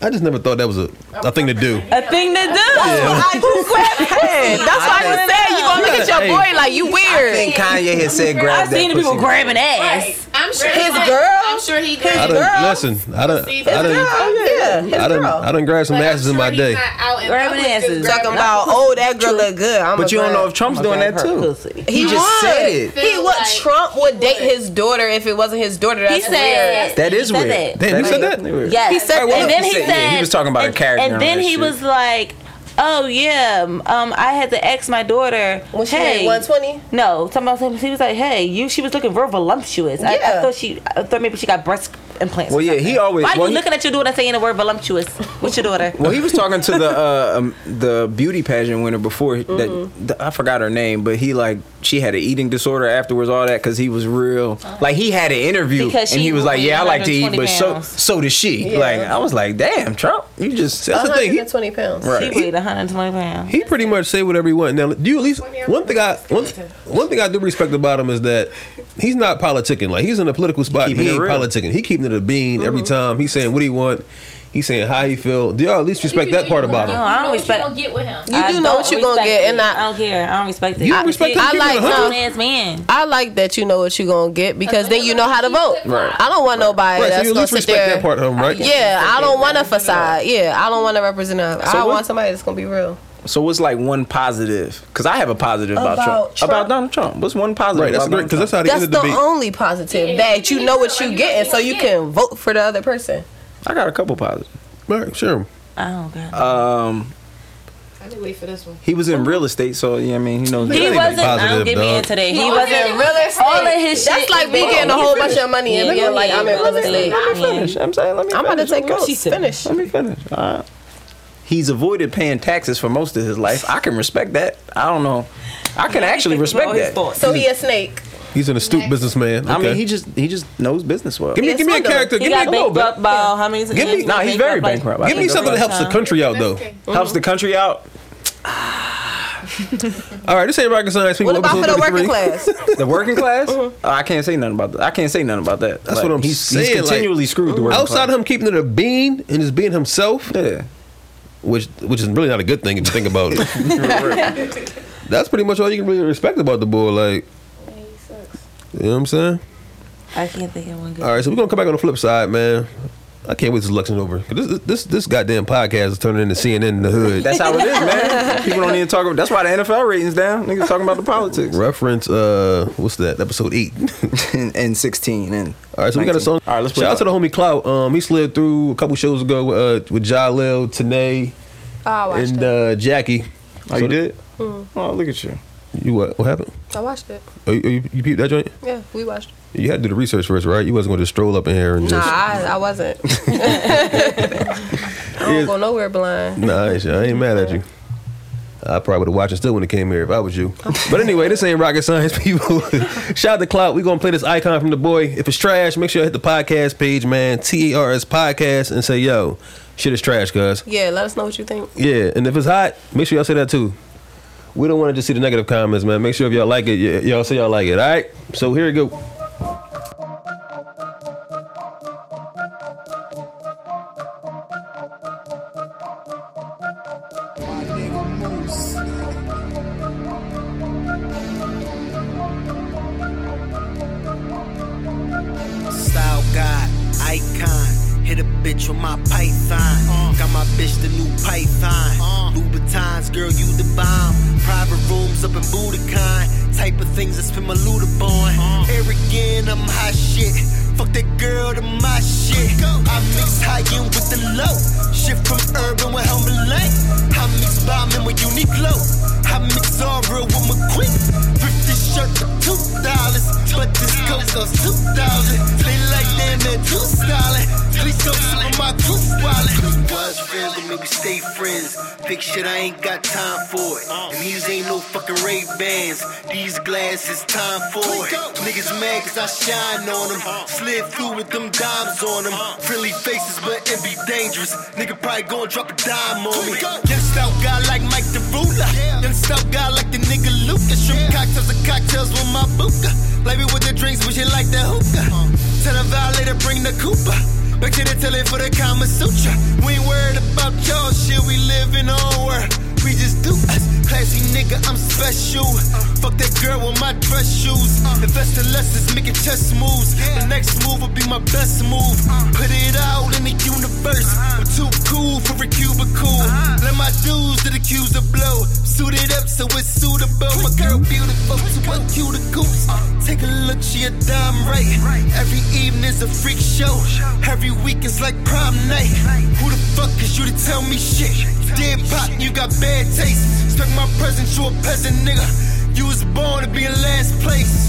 S3: I just never thought that was a, a thing to do.
S6: a thing to do.
S5: I just grabbed head. That's why I was saying you gonna look at your boy like you
S4: I
S5: weird.
S4: think Kanye has said,
S6: I've
S4: "Grab that
S6: seen the people
S4: pussy."
S6: grabbing ass.
S7: I'm sure
S5: His
S7: he did.
S5: girl?
S7: I'm sure he did.
S3: I done, listen, I done,
S7: See,
S3: I
S7: his
S3: done,
S7: girl.
S5: Oh, Yeah,
S3: I done, I done grabbed some
S7: But I'm
S3: asses in
S7: sure
S3: my
S7: he's
S3: day.
S7: not out in public
S6: Grabbing
S7: just
S6: asses.
S5: talking
S7: grabbing
S5: about, oh, that girl look good. I'm
S4: But you don't know if Trump's doing that too.
S5: he
S4: just said it.
S5: He would.
S7: Like-
S5: Trump would date his daughter if it wasn't his daughter.
S6: He
S5: That's
S6: said
S5: weird.
S4: That is
S6: he said
S4: weird.
S6: That.
S3: Damn, you said that?
S6: Yes.
S5: He said that.
S6: and then he said
S4: Yeah, he was talking about a
S6: and-
S4: character
S6: And
S4: and
S6: then
S4: all that
S6: he
S4: shit.
S6: was like, "Oh yeah, um, I had to ask my daughter.
S5: When she
S6: hey,
S5: hey, 120.
S6: No, talking about him, he was like, "Hey, you." She was looking real voluptuous. I, I
S5: Yeah.
S6: thought she, I thought maybe she got breast implants.
S4: Well, yeah, he always-
S6: Why are
S4: well,
S6: you
S4: he-
S6: looking at your daughter and saying the word voluptuous with your daughter?
S4: Well, he was talking to the uh, um, the beauty pageant winner before that. The, I forgot her name, but he like she had an eating disorder afterwards, all that because he was real. Like he had an interview
S6: Because
S4: and
S6: she
S4: he was like,
S6: weighed
S4: "Yeah, I like to eat,
S6: 120
S4: but so
S6: pounds.
S4: so does she."
S5: Yeah.
S4: Like I was like, "Damn, Trump, you just
S3: That's the thing. He,
S5: 120 pounds.
S6: Uh, She
S4: right."
S6: weighed 120 pounds.
S3: he pretty much say whatever he want. Now, do you at least one thing I one, one thing I do respect about him is that he's not politicking. Like he's in a political spot. He,
S4: Keeping it
S3: ain't
S4: real.
S3: politicking. He keeping it a bean every time. He's saying what he want. He's saying how he feel. Do y'all at least respect that part about him?
S6: I don't
S8: You know what
S6: respect-
S8: You don't get with him.
S5: You do know what you gonna get, and I,
S6: don't care. I don't respect it.
S3: You
S6: I, um,
S3: respect him?
S5: I
S3: You
S5: like
S3: giving a
S5: no.
S3: hundred?
S6: ass man.
S5: I like that you know what you gonna get because then you know how to vote.
S8: Right.
S5: I don't want nobody
S3: Right. So
S5: that's
S3: you at
S5: gonna
S3: least
S5: sit
S3: respect
S5: there.
S3: that part of him, right?
S5: Yeah, I don't want a facade. Yeah, I don't want to represent. A, I
S4: what-
S5: want somebody that's gonna be real.
S4: So what's like one positive? Because I have a positive about,
S5: About
S4: Trump.
S5: Trump.
S4: About Donald Trump. What's one positive?
S3: Right. That's
S4: about
S3: great because that's
S4: Donald
S3: how they
S5: That's
S3: ended
S5: the
S3: the debate.
S5: only positive
S8: Yeah,
S5: that you know what you
S8: you
S5: get, and so
S8: know what
S5: you
S8: you get.
S5: can vote for the other person.
S4: Trump? I got a couple positives.
S3: Right. Sure.
S6: I don't care.
S4: Um,
S7: I didn't wait for this one.
S4: he was in real estate, so yeah, I mean, he knows.
S3: He
S6: he
S3: ain't
S6: wasn't. I
S3: positive,
S6: don't get me
S3: dog.
S6: into that. He
S8: No,
S6: wasn't.
S8: real
S6: All of his
S5: That's
S6: shit.
S5: like me
S6: is
S5: getting a
S6: real.
S5: whole bunch of money and
S6: Yeah,
S5: being like,
S6: yeah,
S5: I'm in
S6: yeah,
S5: real
S6: yeah.
S5: estate.
S4: Let me
S6: Yeah.
S4: finish. I'm saying, let me
S5: I'm about to
S4: finish.
S5: take
S4: Let me
S5: notes. Finish.
S4: Let me finish. All right. He's avoided paying taxes for most of his life. I can respect that. I don't know. I can actually respect that.
S5: So he a snake.
S3: He's an astute businessman. Okay.
S4: I mean, he just he just knows business well.
S3: give me
S5: He
S3: give me a
S5: swindled.
S3: character.
S6: He
S3: Give me a
S6: got
S3: little bit.
S6: bankrupt by how many?
S4: Give me- nah, he's very bankrupt.
S3: Give me something that helps the country out though.
S4: Helps
S5: Mm-hmm.
S4: the country out.
S3: All right, this ain't rocket science. People,
S5: What about for
S3: episode
S5: the
S3: 33.
S5: working class?
S4: The working class.
S5: Mm-hmm.
S4: Oh, I can't say nothing about that. I can't say nothing about that.
S3: That's what I'm
S4: he's,
S3: saying.
S4: He's continually
S3: like,
S4: screwed the working
S3: outside
S4: class.
S3: him keeping it a bean and just being himself,
S4: Yeah.
S3: which which is really not a good thing if you think about it. That's pretty much all you can really respect about the boy. Like, you know what I'm saying?
S6: I can't think of one good.
S3: All right, so we're gonna come back on the flip side, man. I can't wait till this election's over. 'Cause This, this this goddamn podcast is turning into CNN in the hood.
S4: That's how it is, man. People don't even talk about. That's why the NFL ratings down. Niggas talking about the politics.
S3: Reference uh what's that? Episode eight.
S4: and, and 16 and
S3: All right, so we got a
S4: 19.
S3: song.
S4: All right, let's play.
S3: Shout out
S4: it.
S3: to the homie Clout. Um, he slid through a couple shows ago uh, with Jalil, Tanae,
S5: Oh, I watched
S3: and
S5: it.
S3: uh, Jackie.
S4: Oh,
S3: So
S4: you did? Oh, look at you.
S3: You what? What happened?
S5: I watched it.
S3: Oh, you, you, you peeped that joint?
S5: Yeah, we watched. it.
S3: You had to do the research first, right? You wasn't going to just stroll up in here and
S5: Nah,
S3: just.
S5: I, I wasn't. I don't go nowhere blind.
S3: Nah, I ain't, I ain't mad at you. I probably would have watched it still when it came here if I was you. But anyway, this ain't rocket science, people. Shout out to Clout. we going to play this icon from the boy. If it's trash, make sure you hit the podcast page, man. T E R S podcast and say, yo, shit is trash, cuz.
S5: Yeah, let us know what you think.
S3: Yeah, and if it's hot, make sure y'all say that too. We don't want to just see the negative comments, man. Make sure if y'all like it, y- y'all say y'all like it. All right. So here we go.
S10: Style god, icon. Hit a bitch with my python. Got my bitch the new python. Louboutins, girl, you the bomb. Private rooms up in Budokan. Type of things I spend my loot upon. Arrogant, I'm hot shit. Fuck that girl to my shit. I mix high end with the low. Shift from urban with Helmer Lang. I mix bombing with Uniqlo. I mix all real with McQueen. Rip this shirt for two dollars, but this coat costs two thousand. They like damn that too styling. Please don't slip on my tooth wallet. Was friends, but maybe stay friends. Big shit, I ain't got time for it.
S2: Oh.
S10: And these ain't no fucking Ray Bans. These glasses, time for it. Niggas mad cause I shine on them.
S2: Oh.
S10: Slid through with them dimes on them. Friendly faces, but it be dangerous. Nigga probably gonna drop a dime on me. Young stout guy like Mike the Ruler. Young stout guy like the nigga Lucas. Shrimp cocktails and cocktails with my buka. Baby with the drinks, but she like the hookah. Tell the violator, bring the Cooper. Back to the telly for the Kama Sutra. We ain't worried about y'all shit, we live in our world. We just do us. Classy nigga, I'm special. Fuck that girl with my dress shoes. Invest in lessons, making chess moves. The next move will be my best move. Put it out in the universe. I'm too cool for a cubicle. Let my dudes to the cues to blow. Suited up so it's suitable. My girl beautiful, so what cuticles. Take a look, she a dime right. Every evening's a freak show. Every weekend's like prom night. Who the fuck is you to tell me shit? Dead pop, you got bad taste. Stuck my present, you a peasant nigga. You was born to be in last place.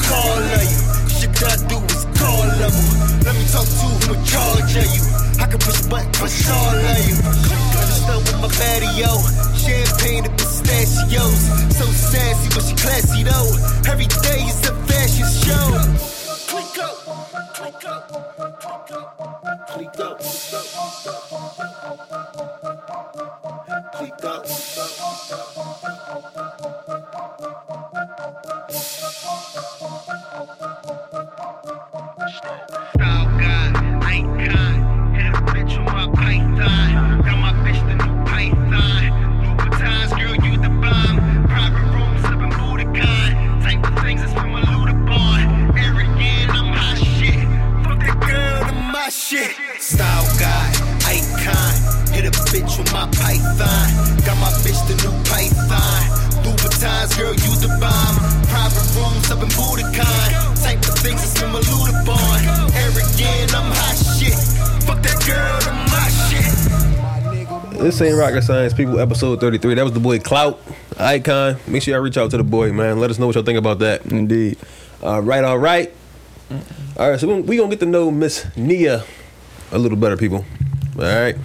S10: Call of you. Shit that I do is call of you. Let me talk to who in charge of you. I can push button for all of you. Stuff with my patio. Champagne and pistachios. So sassy, but she classy though. Every day is a fashion show. Click up. Click up. Click up. Click up. Click up. Style god, icon, hit a bitch with my python. Got my bitch the new python. Louboutins, girl, you the bomb. Private rooms up in Budokan. Type of things that's from my looter bar. Arrogant, I'm hot shit. Fuck that girl to my shit. Style god, icon, hit a bitch with my python. Got my bitch the new python. Louboutins, girl, you the bomb. Private rooms up in Budokan. Type of things that's been my looter born. Arrogant, I'm hot shit. Fuck that girl to my shit.
S3: This ain't rocket science, people. Episode thirty-three. That was the boy Clout Icon. Make sure y'all reach out to the boy, man. Let us know what y'all think about that.
S4: Indeed.
S3: All right, all right. All right, so we- we gonna get to know Miss Nia a little better, people. All right,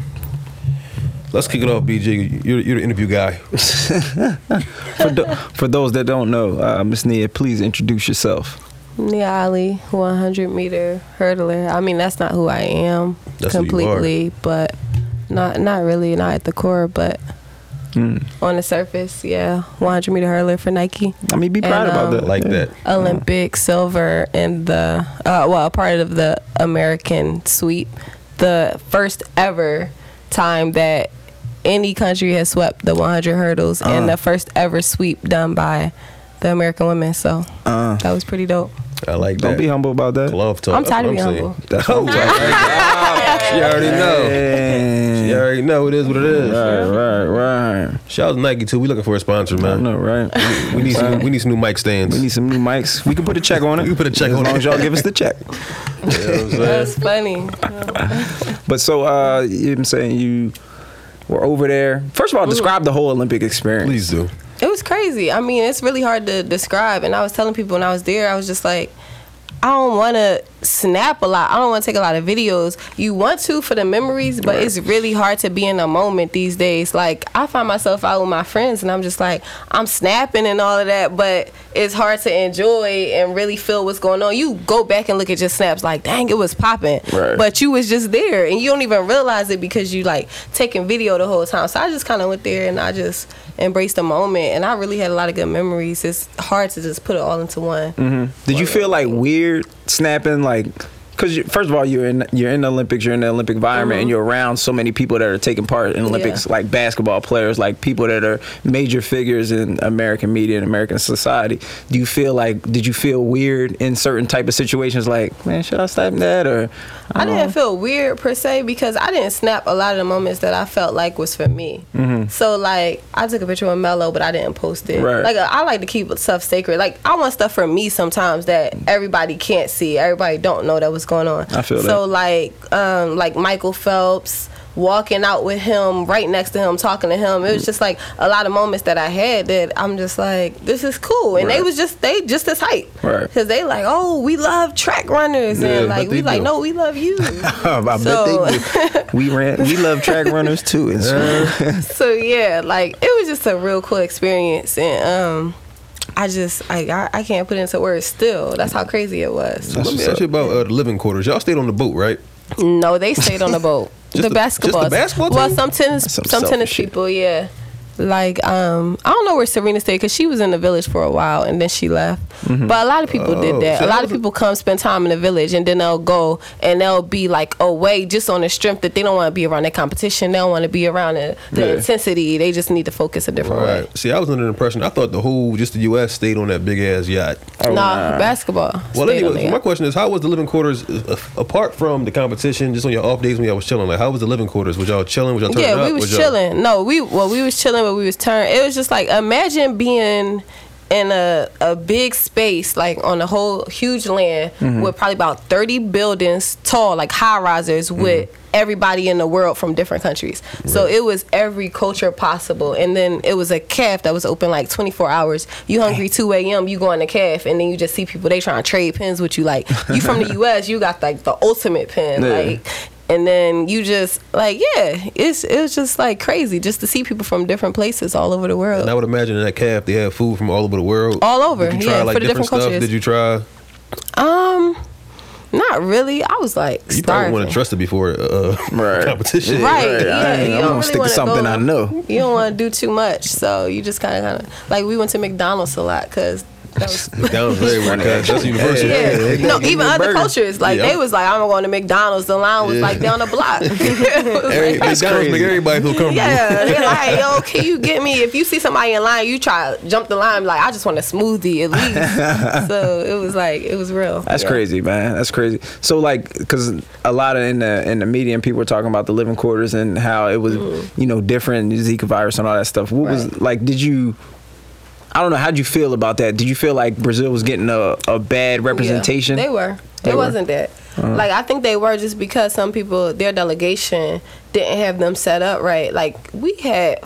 S3: let's kick it off, BG. You're, you're the interview guy.
S4: For, tho- for those that don't know, uh, Miss Nia, please introduce yourself.
S5: Nia Ali, 100 meter hurdler. I mean, that's not who I am
S3: That's who you
S5: completely, but not not really, not at the core, but
S3: Hmm.
S5: on the surface, yeah, 100 meter hurdler for Nike.
S4: I mean, be proud
S5: And,
S4: about
S5: um,
S4: that.
S3: Like that.
S5: Olympic silver in the uh, well, a part of the American sweep, the first ever time that any country has swept the 100 hurdles, and the first ever sweep done by the American women. So that was pretty dope.
S3: I like that.
S4: Don't be humble about that.
S3: Glove talk.
S5: I'm
S3: that's
S5: tired
S3: what
S5: of being
S3: saying.
S5: humble.
S3: That's what I'm talking about. She already know. She
S4: Yeah.
S3: already know it is what it is.
S4: Right, right, right.
S3: Shout out to Nike too. We looking for a sponsor,
S4: I
S3: man.
S4: know, right?
S3: We need some. We need some new mic stands.
S4: We need some new mics. We can put a check on it.
S3: We can put a check
S4: as
S3: on
S4: long
S3: it.
S4: as y'all give us the check.
S3: You know what I'm saying?
S5: That's funny.
S4: But so uh, you know what I'm saying you were over there. First of all, describe the whole Olympic experience.
S3: Please do.
S5: It was crazy. I mean, it's really hard to describe. And I was telling people when I was there, I was just like, I don't want to snap a lot. I don't want to take a lot of videos. You want to for the memories, but it's really hard to be in a moment these days. Like, I find myself out with my friends and I'm just like, I'm snapping and all of that, but it's hard to enjoy and really feel what's going on. You go back and look at your snaps like, dang, it was popping.
S4: Right.
S5: But you was just there and you don't even realize it because you like taking video the whole time. So I just kind of went there and I just embraced the moment and I really had a lot of good memories. It's hard to just put it all into one.
S4: Did you feel like weird snapping like? Because first of all, you're in you're in the Olympics, you're in the Olympic environment, and you're around so many people that are taking part in Olympics,
S5: Mm-hmm. Yeah.
S4: like basketball players, like people that are major figures in American media and American society. Do you feel like did you feel weird in certain type of situations? Like, man, should I snap that or?
S5: I
S4: don't
S5: didn't
S4: know.
S5: feel weird per se because I didn't snap a lot of the moments that I felt like was for me. So like I took a picture with Mello, but I didn't post it.
S4: Mm-hmm. Right.
S5: Like uh, I like to keep stuff sacred. Like I want stuff for me sometimes that everybody can't see, everybody don't know that was going on.
S4: I feel
S5: so
S4: that.
S5: like um like Michael Phelps walking out with him right next to him talking to him it was just like a lot of moments that i had that i'm just like this is cool and they
S4: Right.
S5: was just they just as hype
S4: Right.
S5: because they like oh we love track runners
S3: Yeah,
S5: and
S3: but
S5: like we
S3: they
S5: like
S3: do.
S5: no Oh, we love you
S4: I
S5: uh,
S4: bet they do. we ran. We love track runners too. And
S5: so yeah, like it was just a real cool experience, and um, I just I I, I can't put it into words. Still, that's how crazy it was.
S3: Let me ask you about uh, the living quarters. Y'all stayed on the boat, right?
S5: No, they stayed on the boat.
S3: Just
S5: the
S3: the- just the
S5: basketball.
S3: basketball
S5: Well,
S3: team?
S5: some tennis,
S4: Some
S5: some, tennis
S4: selfish shit.
S5: people, yeah. Like um, I don't know where Serena stayed because she was in the village for a while and then she left. But a lot of people
S3: Oh,
S5: did that.
S3: so
S5: a
S3: that
S5: lot of
S3: was a-
S5: people come spend time in the village and then they'll go and they'll be like away just on the strength that they don't want to be around that competition. They don't want to be around the, the
S4: Yeah.
S5: intensity. They just need to focus a different way.
S3: See, I was under the impression I thought the whole just the U.S. stayed on that big ass yacht.
S5: nah, basketball.
S3: Well,
S5: Stayed on
S3: anyway,
S5: the-
S3: so my question is, how was the living quarters uh, apart from the competition? Just on your off days when y'all was chilling, like how was the living quarters? Was y'all chilling? Was y'all turning
S5: yeah,
S3: up?
S5: we was
S3: y'all-
S5: chilling. No, we well, we was chilling, but we was turned. It was just like imagine being in a, a big space like on a whole huge land with probably about 30 buildings tall like high risers with everybody in the world from different countries so it was every culture possible and then it was a calf that was open like 24 hours you hungry 2 a.m you go in the calf and then you just see people they trying to trade pins with you like you from the us you got like the ultimate pin
S4: Yeah.
S5: like and then you just like yeah it's it was just like crazy just to see people from different places all over the world
S3: And I would imagine in that calf they had food from all over the world.
S5: All over,
S3: Did you try
S5: yeah,
S3: like
S5: for the
S3: different,
S5: different
S3: stuff?
S5: cultures.
S3: Did you try?
S5: um not really i was like
S3: You probably
S5: starving
S3: wouldn't trust it before uh,
S4: Right.
S3: competition.
S5: right
S4: Right,
S5: yeah
S4: I ain't-
S5: you
S4: I'm
S5: don't
S4: gonna
S5: really
S4: stick to
S5: wanna
S4: something
S5: go-
S4: I know.
S5: you don't want to do too much so you just kind of kind of like we went to mcdonald's a lot because that was
S3: That was very weird. 'cause That's universal.
S5: Yeah. no, even other
S4: burger.
S5: cultures like
S3: Yeah.
S5: they was like, "I'm going to McDonald's." The line was
S3: Yeah.
S5: like down the block. It was
S3: Every,
S5: like-
S3: McDonald's make
S4: crazy.
S3: everybody feel comfortable.
S5: Yeah, they're like, yo, can you get me? If you see somebody in line, you try to jump the line. Like, I just want a smoothie at least. so it was like, it was real.
S4: That's
S5: Yeah.
S4: crazy, man. That's crazy. So like, because a lot of in the in the media, and people were talking about the living quarters and how it was, you know, different Zika virus and all that stuff. What was
S5: Mm. Right.
S4: like? Did you? I don't know. How'd you feel about that? Did you feel like Brazil was getting a, a bad representation?
S5: Yeah, they were.
S4: They
S5: it
S4: were. Uh-huh.
S5: wasn't that. Like I think they were just because some people their delegation didn't have them set up right. Like we had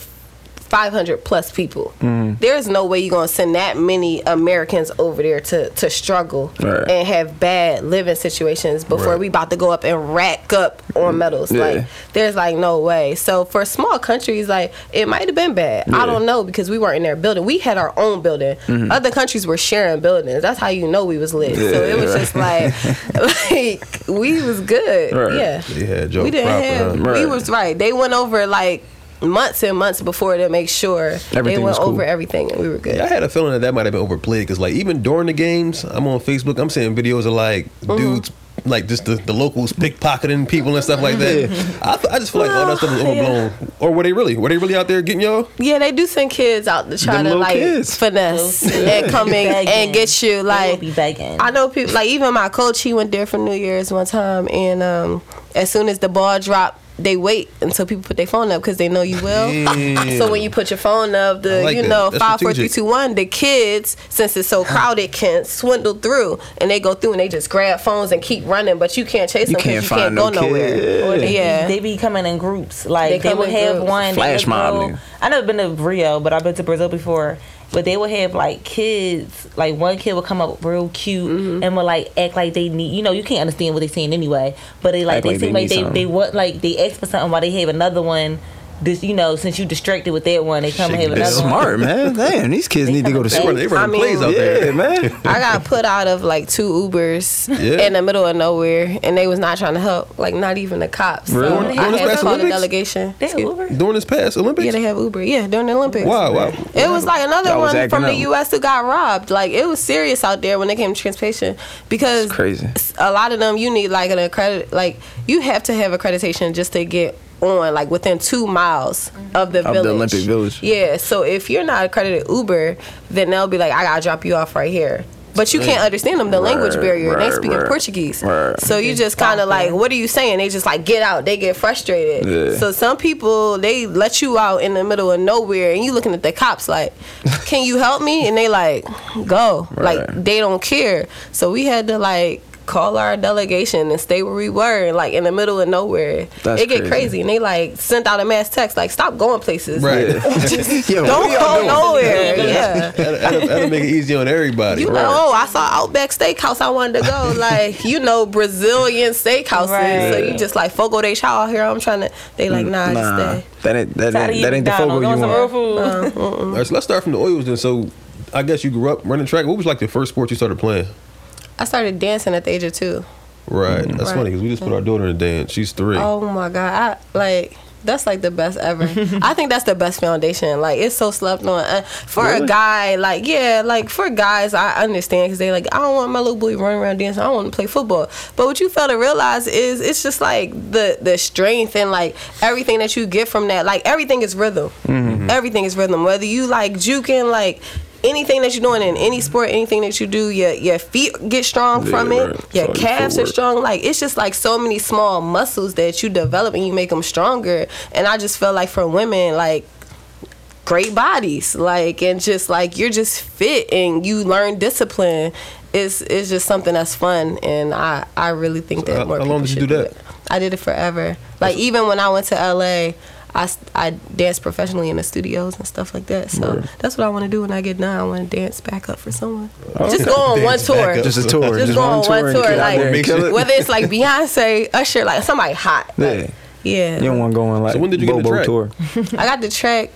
S5: 500 plus people.
S4: Mm-hmm.
S5: There's no way you're gonna send that many Americans over there to to struggle
S4: Right.
S5: and have bad living situations before
S3: Right.
S5: we about to go up and rack up on medals.
S4: Mm-hmm. Yeah.
S5: Like there's like no way. So for small countries, like it might have been bad.
S4: Yeah. Mm-hmm.
S5: I don't know because we weren't in their building. We had our own building. Other countries were sharing buildings. That's how you know we was lit. So it was
S4: Yeah.
S5: just like like we was good.
S4: Right.
S5: Yeah.
S3: They had Joe
S5: we didn't
S3: Proper,
S5: have
S3: huh?
S5: we
S4: Right.
S5: was right. They went over like months and months before to make sure
S4: Everything
S5: they
S4: was
S5: went
S4: cool.
S5: over everything and we were good.
S3: I had a feeling
S5: Uh-huh.
S3: that that might have been overplayed because, like, even during the games, I'm on Facebook, I'm seeing videos of like dudes like just the, the locals pickpocketing people and stuff like that. I, f- I just feel like all that stuff is
S5: Well, Ah, yeah.
S3: overblown. Or were they really? Were they really out there getting y'all?
S5: Yeah, they do send kids out to try
S3: Them
S5: to
S3: little
S5: like
S3: kids.
S5: finesse
S6: Little
S5: and
S6: kids.
S5: coming
S6: Begging.
S5: and get you like
S6: be begging.
S5: I know people like even my coach. He went there for New Year's one time, and um, as soon as the ball dropped, they wait until people put their phone up because they know you will.
S3: Yeah.
S5: So when you put your phone up, the
S3: I like
S5: you
S3: that.
S5: know
S3: That's
S5: five, four, three,
S3: strategic.
S5: two, one. The kids, since it's so crowded, can swindle through, and they go through and they just grab phones and keep running. But you can't chase
S4: You
S5: them
S4: can't
S5: because you
S4: find
S5: can't
S4: no
S5: go nowhere.
S4: kid.
S5: Or they- yeah,
S6: They be coming in groups. Like
S5: They
S6: they,
S5: come
S6: would
S5: in
S6: have
S5: groups.
S6: one they
S4: Flash
S6: would
S4: mob,
S6: go-
S4: nigga.
S6: I never been to Rio, but I've been to Brazil before. But they would have like kids. Like one kid would come up real cute
S5: Mm-hmm.
S6: and would like act like they need. You know, you can't understand what they're saying anyway. But they like
S4: Act
S6: they
S4: like
S6: seem
S4: they
S6: like
S4: need
S6: they
S4: something.
S6: they want like they ask for something while they have another one. This you know since you distracted with that one, they come and have
S4: They're
S6: another one.
S4: smart, man. Damn, these kids need to go to
S3: They
S4: school.
S3: running, they running
S5: I mean,
S3: plays out
S4: Yeah,
S3: there.
S4: man.
S5: I got put out of like two Ubers
S3: Yeah.
S5: in the middle of nowhere, and they was not trying to help. Like not even the cops. So
S4: Really?
S5: I
S3: During this
S5: had
S3: past
S5: to call the
S3: Olympics?
S5: delegation.
S6: They Uber.
S3: During this past Olympics.
S5: Yeah, they have Uber. Yeah, during the Olympics.
S3: wow, wow.
S5: It was like another
S4: Y'all was
S5: one
S4: acting
S5: from the
S4: up.
S5: U.S. who got robbed. Like it was serious out there when it came to transportation because
S4: It's crazy.
S5: A lot of them you need like an accredit. Like you have to have accreditation just to get on. Like within two miles of the
S4: Of the
S5: village.
S4: Olympic Village.
S5: Yeah. So if you're not accredited Uber, then they'll be like, I gotta drop you off right here. But you can't understand them. The language
S4: Right,
S5: barrier. they
S4: right,
S5: speak in
S4: right.
S5: Portuguese.
S4: Right.
S5: So you just kind of like, what are you saying? They just like get out. They get frustrated.
S4: Yeah.
S5: So some people they let you out in the middle of nowhere, and you looking at the cops like, "Can you help me?" And they like, "Go." Like
S4: Right.
S5: they don't care. So we had to like call our delegation and stay where we were, like in the middle of nowhere.
S4: That's
S5: it get crazy.
S4: crazy.
S5: and they like sent out a mass text like, "Stop going places.
S3: Right.
S4: Yo,
S5: Don't go nowhere." yeah.
S3: that'll, that'll- that'll make it easy on everybody.
S5: You
S4: Right.
S5: know, oh, I saw Outback Steakhouse. I wanted to go. Like, you know, Brazilian steakhouses. So
S6: Right.
S5: you just like Fogo de Chao out here. I'm trying to. They like, nah,
S4: Mm, nah,
S5: just stay.
S4: that ain't that
S6: Tired of
S4: ain't, that
S6: eating
S4: ain't the
S6: McDonald's.
S4: fogo you
S6: Going Uh, some real
S4: want.
S6: food.
S3: All right, so let's start from the Oils then. So I guess you grew up running track. What was like the first sport you started playing?
S5: I started dancing at the age of two.
S3: Right. That's
S5: Mm-hmm. Right.
S3: funny because we just put our daughter in dance. She's three.
S5: Oh my god, I like. That's like the best ever. I think that's the best foundation. Like it's so slept on Uh, for a guy. Like yeah, like for guys, I understand because they like I don't want my little boy running around dancing. I want to play football. But what you fail to realize is it's just like the the strength and like everything that you get from that. Like everything is rhythm. Everything is rhythm. Whether you like juking like. Anything that you're doing in any sport, anything that you do, your your feet get strong from
S4: Yeah,
S5: it.
S4: right.
S5: Your
S4: Sorry,
S5: calves are
S4: footwork.
S5: strong strong. Like it's just like so many small muscles that you develop and you make them stronger. And I just feel like for women, like great bodies, like and just like you're just fit and you learn discipline. It's it's just something that's fun, and I I really think that
S3: how-
S5: more
S3: how long did
S5: people
S3: you
S5: should
S3: do
S5: do
S3: that?
S5: it. I did it forever. Like even when I went to LA. I, s- I danced professionally in the studios and stuff like that. So that's what I want to do when I get done. I want to dance back up for someone.
S3: Oh,
S5: Just go on one
S3: Dance back
S5: tour.
S3: up.
S4: Just a tour.
S5: Just go on one
S4: and
S5: tour,
S4: get out
S5: like,
S4: there and
S3: Make
S4: kill
S3: sure-
S4: it.
S5: whether it's like Beyonce, Usher, like somebody hot.
S4: Yeah.
S5: Like, yeah.
S4: You don't want to go on like
S3: So when did you get
S4: Bobo
S3: in the track?
S4: tour.
S5: I got the track.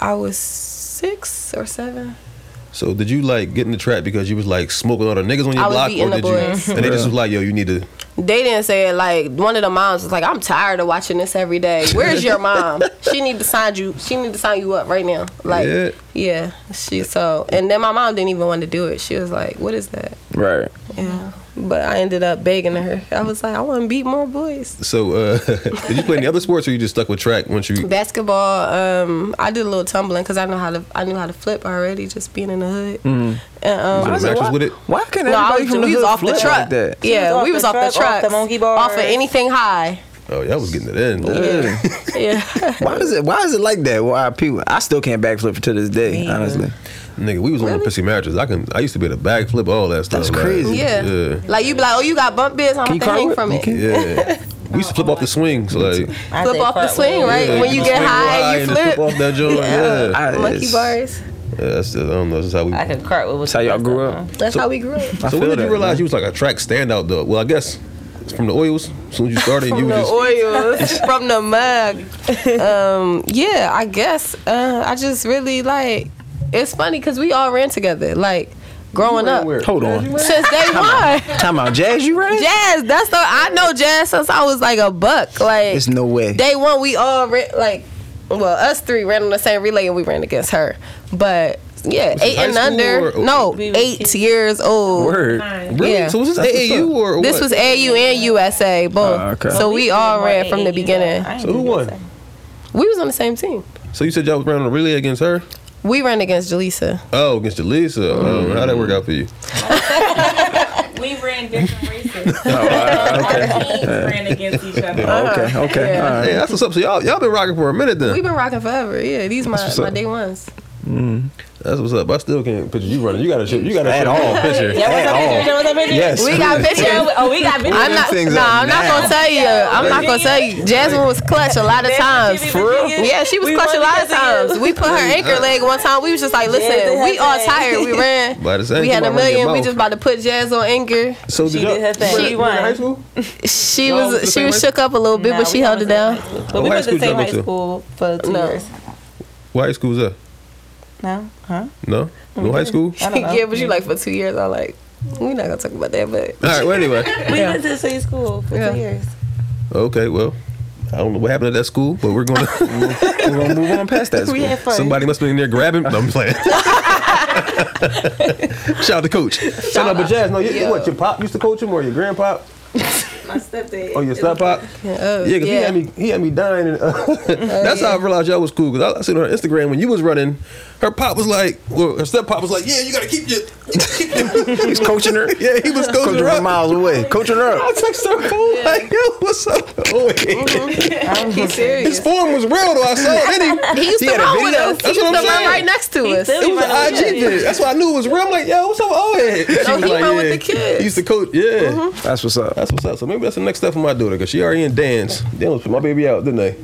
S5: I was six or seven.
S3: So did you like get in the trap because you was like smoking all the niggas on your
S5: I was
S3: block,
S5: beating
S3: or
S5: the
S3: did
S5: boys.
S3: you? And they just was like, "Yo, you need to."
S5: They didn't say it. Like one of the moms was like, "I'm tired of watching this every day. Where's your mom? she need to sign you. She need to sign you up right now." Like,
S3: Yeah.
S5: yeah. She so, and then my mom didn't even want to do it. She was like, "What is that?"
S4: Right.
S5: Yeah. But I ended up begging her. I was like, "I want to beat more boys."
S3: So uh, did you play any other sports, or you just stuck with track once you?
S5: basketball um i did a little tumbling because i know how to i knew how to flip already just being in the hood
S4: Mm-hmm.
S5: and, um,
S3: Why is it- matches
S4: why,
S3: with it?
S4: Why can't
S5: no, I
S4: everybody
S5: was,
S4: from the
S5: we was
S4: hood
S5: off the
S4: flip
S5: truck.
S4: like that?
S5: Yeah,
S6: off
S5: we
S6: the
S5: was off the
S6: truck, off
S5: truck.
S6: the monkey
S5: Off of
S6: bars.
S5: anything high.
S3: Oh, y'all was getting it in.
S4: Yeah.
S5: Yeah.
S4: Why is it? Why is it like that? Why people? I still can't backflip to this day.
S6: Me
S4: Honestly,
S3: Nigga, we was on the
S5: Really?
S3: pissy mattress. I can. I used to be at a backflip, all that stuff.
S4: That's
S3: like,
S4: crazy.
S5: yeah.
S3: Yeah.
S5: Like you be like, oh, you got bump bits. I'm
S4: Can you
S5: gonna
S4: car
S5: hang
S4: whip?
S5: from
S4: You
S5: it.
S4: can?
S3: Yeah. We used to flip off the swings, like
S6: I
S5: Flip
S6: said,
S5: off the
S6: "Fuck,
S5: swing,
S6: well,
S5: right?
S3: yeah,
S5: when you
S3: just
S5: get
S3: swing real
S5: high, you
S3: and just
S5: flip.
S3: off that joint. Yeah, yeah.
S4: I-
S5: Monkey
S4: it's-
S5: bars.
S3: that's just, I don't know. That's how we.
S6: I could cartwheel with
S4: That's how y'all
S6: the
S4: grew
S6: rest
S4: up.
S6: of them.
S5: That's how we grew up.
S4: I
S3: So
S4: feel
S3: when did
S4: that,
S3: you realize
S4: man.
S3: you was like a track standout though? Well, I guess it's from the oils. As soon as you started, you
S5: From
S3: was
S5: the
S3: just
S5: oils, from the mug. Um, yeah, I guess. Uh, I just really like. It's funny because we all ran together, like growing up
S4: Hold on.
S5: since day one.
S4: Time out, Jazz. You right?
S5: Jazz, that's the I know Jazz since I was like a buck. Like
S4: There's no way.
S5: Day one, we all ran, like, well, us three ran on the same relay and we ran against her. But Yeah,
S3: Was this
S5: eight
S3: high
S5: and
S3: school
S5: under.
S3: or-
S5: no, eight years old.
S4: Word. Oh,
S3: Really?
S5: Yeah.
S3: So was this
S4: That's what's
S3: AAU
S4: up.
S3: or
S5: This
S3: what?
S5: was AU and USA both.
S4: Ah, okay.
S5: So we all ran from the beginning.
S3: So who won?
S5: We was on the same team.
S3: So you said y'all was running a relay against her?
S5: We ran against Jaleesa.
S3: Oh, against Jaleesa.
S4: Mm-hmm.
S3: Oh, how'd that work out for you?
S7: We ran different races. Our
S4: okay.
S7: teams ran against each other.
S4: okay. Okay.
S5: Yeah.
S4: All
S3: Hey,
S4: right.
S3: that's what's up. So y'all y'all been rocking for a minute then.
S5: We've been rocking forever. Yeah, these my
S3: what's
S5: my
S3: up.
S5: day ones.
S3: That's what's up. I still can't picture you running. You got to you got to
S4: At all.
S3: picture.
S6: Yeah,
S4: At
S6: what's up,
S4: all.
S6: bitch? Yeah, what's up, bitch?
S4: Yes.
S5: We got pictures.
S6: Yeah, we- Oh, we got bitches.
S5: I'm not.
S4: things
S5: Nah,
S4: up
S5: I'm not
S4: now.
S5: gonna tell you. I'm not gonna tell you. Jasmine was clutch a lot of times.
S6: For real?
S5: um, Yeah, she was
S6: We
S5: clutch a
S6: won
S5: lot of
S6: because of
S5: times. We put her anchor
S3: uh,
S5: leg one time. We was just like,
S6: they
S5: listen,
S6: had
S5: we all
S6: that.
S5: tired. We ran.
S3: By the same
S5: We had a
S3: time, I ran your
S5: million. We
S3: mouth.
S5: just about to put Jazz on anchor.
S3: So
S6: She
S3: did y'all,
S6: did her thing.
S3: you were- you
S6: She
S3: were in
S6: won.
S3: high school?
S5: She
S3: Y'all was the
S5: was she
S3: same
S5: was
S3: race?
S5: shook up a little bit,
S6: Nah,
S5: but she
S6: we
S5: held it
S6: wasn't
S5: down.
S6: high school. But we
S3: high
S6: went to
S3: school
S6: the
S3: did y'all
S6: same
S3: go
S6: high
S3: to?
S6: school for two
S5: No.
S6: years.
S3: What high school was that?
S6: No? Huh?
S3: No, no high school. All
S6: I don't know.
S5: yeah, but you like for two years. I'm like, we're not gonna talk about that. But
S3: right. Well, anyway.
S6: We went to the same school for
S5: Yeah.
S6: two years.
S3: Okay. Well, I don't know what happened at that school, but we're going to.
S4: We're gonna move on past that.
S6: We
S4: school.
S6: had fun.
S3: Somebody must be in there grabbing. No, I'm playing. Shout out to Coach. Shout out, but Jazz, no, you,
S5: Yo.
S3: what your pop used to coach him or your grandpop?
S7: My stepdad.
S3: Oh, your step pop?
S5: oh,
S3: Yeah, 'cause he had me, he had me dying. And, uh, that's how I realized y'all was cool. Cause I, I seen her on Instagram when you was running, her pop was like, well, her step pop was like, yeah, you gotta keep your,
S4: He's coaching her.
S3: yeah, he was coaching
S4: Coaching
S3: her
S4: her
S3: up.
S4: miles away. Coaching her
S3: I
S4: up.
S3: texted her cool, like, yo, what's up? Oh, yeah.
S5: He's
S3: His
S5: serious.
S3: form was real though. I saw it. And he,
S5: He used
S4: He
S5: to
S4: had a
S5: run with
S4: video?
S5: us. He
S3: That's
S5: used to
S3: what I'm
S5: run
S3: saying.
S5: right next to us.
S6: still
S3: it was an
S6: Everybody
S3: IG thing. That's why I knew it was real. I'm like, yo, what's up with Owen? She
S5: No,
S3: was
S5: he
S3: like,
S5: run with
S3: yeah.
S5: the kids. Mm-hmm.
S3: He used to coach. Yeah.
S4: That's what's up.
S3: That's what's up. So maybe that's the next step for my daughter, cause she already in dance. They almost put my baby out, didn't they?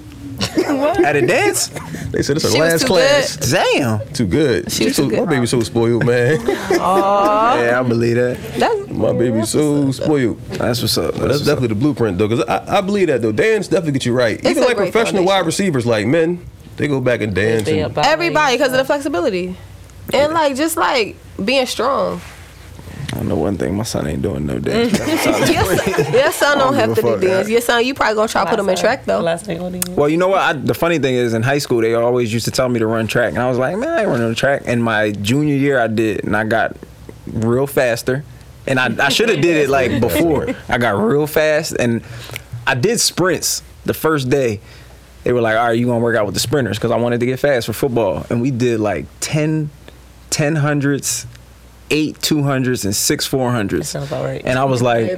S4: At a dance.
S3: They said it's her
S5: She was
S3: last
S5: too
S3: class.
S4: Damn.
S3: Too good.
S5: She was
S3: so,
S5: too good.
S3: My baby so spoiled, man.
S4: Yeah, I believe that.
S5: That's
S3: my baby so spoiled.
S4: That's what's
S3: But
S4: up.
S3: that's
S4: what's up.
S3: definitely the blueprint, though, because I, I believe that though. Dance definitely get you right. Even
S5: a
S3: like
S5: great
S3: professional wide
S5: foundation.
S3: receivers, like men, they go back and dance.
S6: They
S3: And,
S6: about
S5: everybody because of the flexibility and like just like being strong.
S4: I know one thing. My son ain't doing no dance.
S5: Your son don't
S4: I don't
S5: have to
S4: give a
S5: do
S4: fuck.
S5: dance. Your son, you probably gonna try to put him in track though.
S6: Last thing on the year.
S4: Well, you know what? I, the funny thing is, in high school, they always used to tell me to run track, and I was like, man, I ain't running no track. And my junior year, I did, and I got real faster. And I, I should have did it like before. I got real fast, and I did sprints the first day. They were like, all right, you gonna work out with the sprinters because I wanted to get fast for football, and we did like 10, 10 hundreds, eight two hundreds, and six four hundreds.
S6: Sounds about right.
S4: And I was like,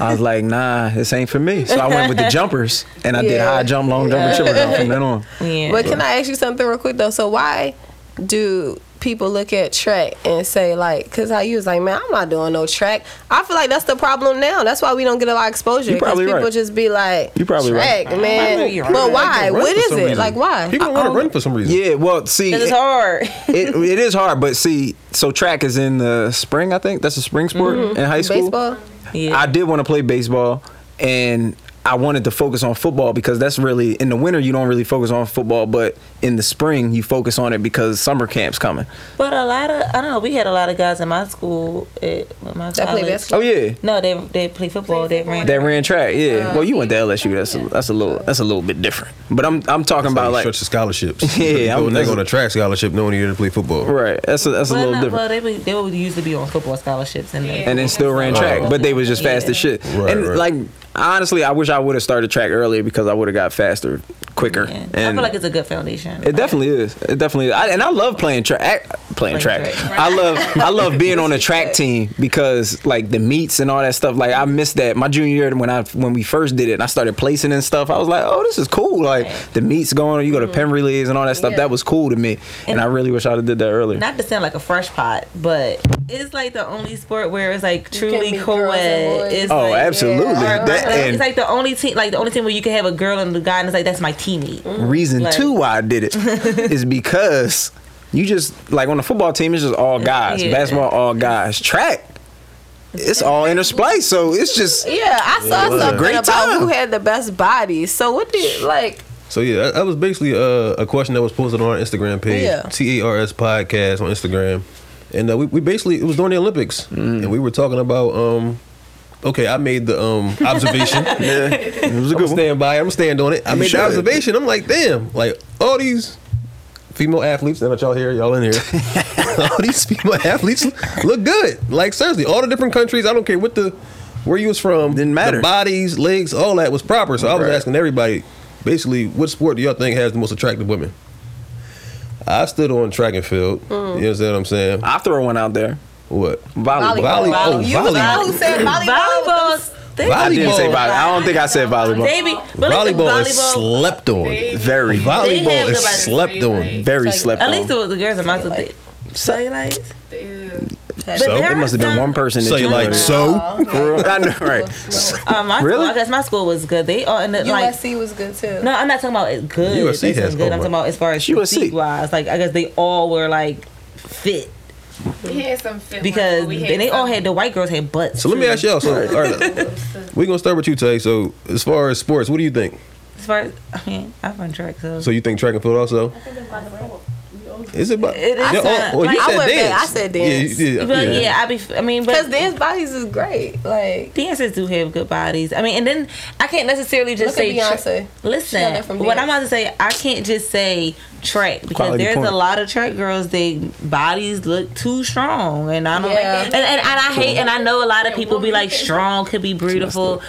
S4: I was like, nah, this ain't for me. So I went with the jumpers, and I did
S5: Yeah.
S4: high jump, long jump, and triple jump from then on.
S6: Yeah.
S5: But can I ask you something real quick though? So why do people look at track and say like, cause how you was like, man, I'm not doing no track. I feel like that's the problem now. That's why we don't get a lot of exposure.
S4: You probably
S5: 'cause people
S4: right.
S5: just be like,
S4: You probably right.
S5: track, man. But why?
S3: Run
S5: What
S3: for
S5: is it?
S3: some reason.
S5: Like why?
S3: People want to run for some reason.
S4: Yeah, well, see,
S6: Because
S4: it,
S6: it's hard.
S4: it- it is hard, but see, so track is in the spring, I think. That's a spring sport in high school.
S5: Baseball.
S6: Mm-hmm. Yeah.
S4: I did want to play baseball, and I wanted to focus on football because that's really in the winter you don't really focus on football, but in the spring you focus on it because summer camp's coming.
S6: But a lot of, I don't know, we had a lot of guys in my school, at my
S5: That play
S6: college.
S5: basketball.
S4: Oh yeah.
S6: No, they they play football. They ran.
S4: That ran track,
S6: Uh,
S4: yeah. well, you went to LSU. That's a, that's a little that's a little bit different. But I'm I'm talking
S3: About
S4: about like
S3: stretch the scholarships.
S4: Yeah,
S3: you
S4: I'm-
S3: go,
S4: that's-
S3: nigga on a track scholarship, knowing you didn't play football.
S4: Right. That's a, that's a
S6: well,
S4: little
S6: no,
S4: different.
S6: well, they would- they would used to be on football scholarships and then
S4: and then still ran track, but they was just fast as shit.
S3: Right,
S4: and
S3: right.
S4: like honestly, I wish I would have started track earlier because I would have got faster, quicker.
S6: Yeah. I
S4: And
S6: feel like it's a good foundation.
S4: it definitely is. It definitely is. I, and I love playing track. Playing
S6: Playing
S4: track.
S6: track.
S4: I love. I love being on a track team because like the meets and all that stuff. Like I missed that my junior year when I when we first did it and I started placing and stuff. I was like, oh, this is cool. Like the meets going. on, You go to pen relays and all that stuff. That was cool to me. And,
S6: Mm-hmm. And-
S4: I really wish I'd have did that earlier.
S6: not to sound like a fresh pot, but it's like the only sport where it's like
S5: can
S6: truly
S5: be
S6: co
S5: girls and boys.
S6: ed. It's
S4: oh,
S6: like,
S4: absolutely.
S6: Or, like,
S4: That
S6: it's
S4: and
S6: like the only team, like the only team where you can have a girl and a guy, and it's like that's my teammate.
S5: Mm-hmm.
S4: reason
S6: Mm-hmm. Like-
S4: two why I did it is because you just like on the football team it's just all guys,
S6: Yeah.
S4: basketball all guys, track it's all interspliced, so it's just
S5: Yeah, I saw something
S4: Great
S5: about
S4: time.
S5: who had the best body. So what did like?
S3: So yeah, that, that was basically uh, a question that was posted on our Instagram page,
S5: Yeah.
S3: TARS Podcast on Instagram, and uh, we, we basically it was during the Olympics, and we were talking about. um Okay, I made the um, observation.
S4: it was a
S3: I'm
S4: good
S3: stand by. it, I'm stand on it. I
S4: You
S3: made
S4: should.
S3: the observation. I'm like, damn, like all these female athletes. Now that y'all here, y'all in here. all these female athletes look good. Like seriously, all the different countries. I don't care what the where you was from.
S4: Didn't matter.
S3: The bodies, legs, all that was proper. So I was
S4: Right.
S3: asking everybody, basically, what sport do y'all think has the most attractive women? I stood on track and field. You understand what I'm saying?
S4: I throw one out there.
S3: What?
S4: Volleyball.
S3: Volley- oh,
S5: You was the
S3: volleyball.
S5: one who said volleyball.
S6: Volleyballs. They,
S4: I didn't say
S3: Volleyball.
S4: volleyball. I don't think I said volleyball.
S6: they be, but at least the
S3: Volleyball
S6: volleyball.
S3: is slept on.
S4: Very,
S3: Volleyball
S6: have
S3: is
S6: the right
S3: slept on.
S4: very slept
S6: at least
S4: on.
S6: it was the girls are my like, cellulite.
S3: So?
S4: It must have been one person. that
S3: So you
S4: you
S3: like
S4: voted.
S3: so?
S4: For real? I know, right?
S6: Um, my
S4: Really?
S6: School, I guess my school was good. They all ended like.
S5: USC was good too.
S6: No, I'm not talking about it good.
S3: USC
S6: They said
S3: has
S6: good.
S3: homework.
S6: I'm talking about as far as
S4: She was
S6: physique
S4: sick.
S6: wise. Like I guess they all were like fit
S7: We had some fit ones,
S6: because
S7: but we
S6: they, they all
S7: some-
S6: had the white girls had butts.
S3: So let me ask y'all. So all right, we gonna start with you, Tay. So as far as sports, what do you think?
S6: As far as I mean, I've run track so.
S3: So you think track and field also? Is it? About,
S6: It is
S3: Yeah,
S6: not.
S3: oh, well, you
S5: Like, I
S3: said
S5: went back.
S3: dance.
S5: I said dance.
S3: Yeah, you-
S6: but
S3: yeah,
S6: yeah.
S3: yeah.
S6: I be. I mean, but
S5: Because dance bodies is great. Like
S6: dancers do have good bodies. I mean, and then I can't necessarily just
S5: look at
S6: say. tra-
S5: Beyonce. She got
S6: Listen,
S5: that from
S6: what
S5: dance.
S6: I'm about to say, I can't just say track because
S4: Quality
S6: there's
S4: point.
S6: a lot of track girls. They bodies look too strong, and I don't
S5: Yeah.
S6: like. And, and and I hate, and I know a lot of people be like strong could be beautiful.
S5: Mm-hmm.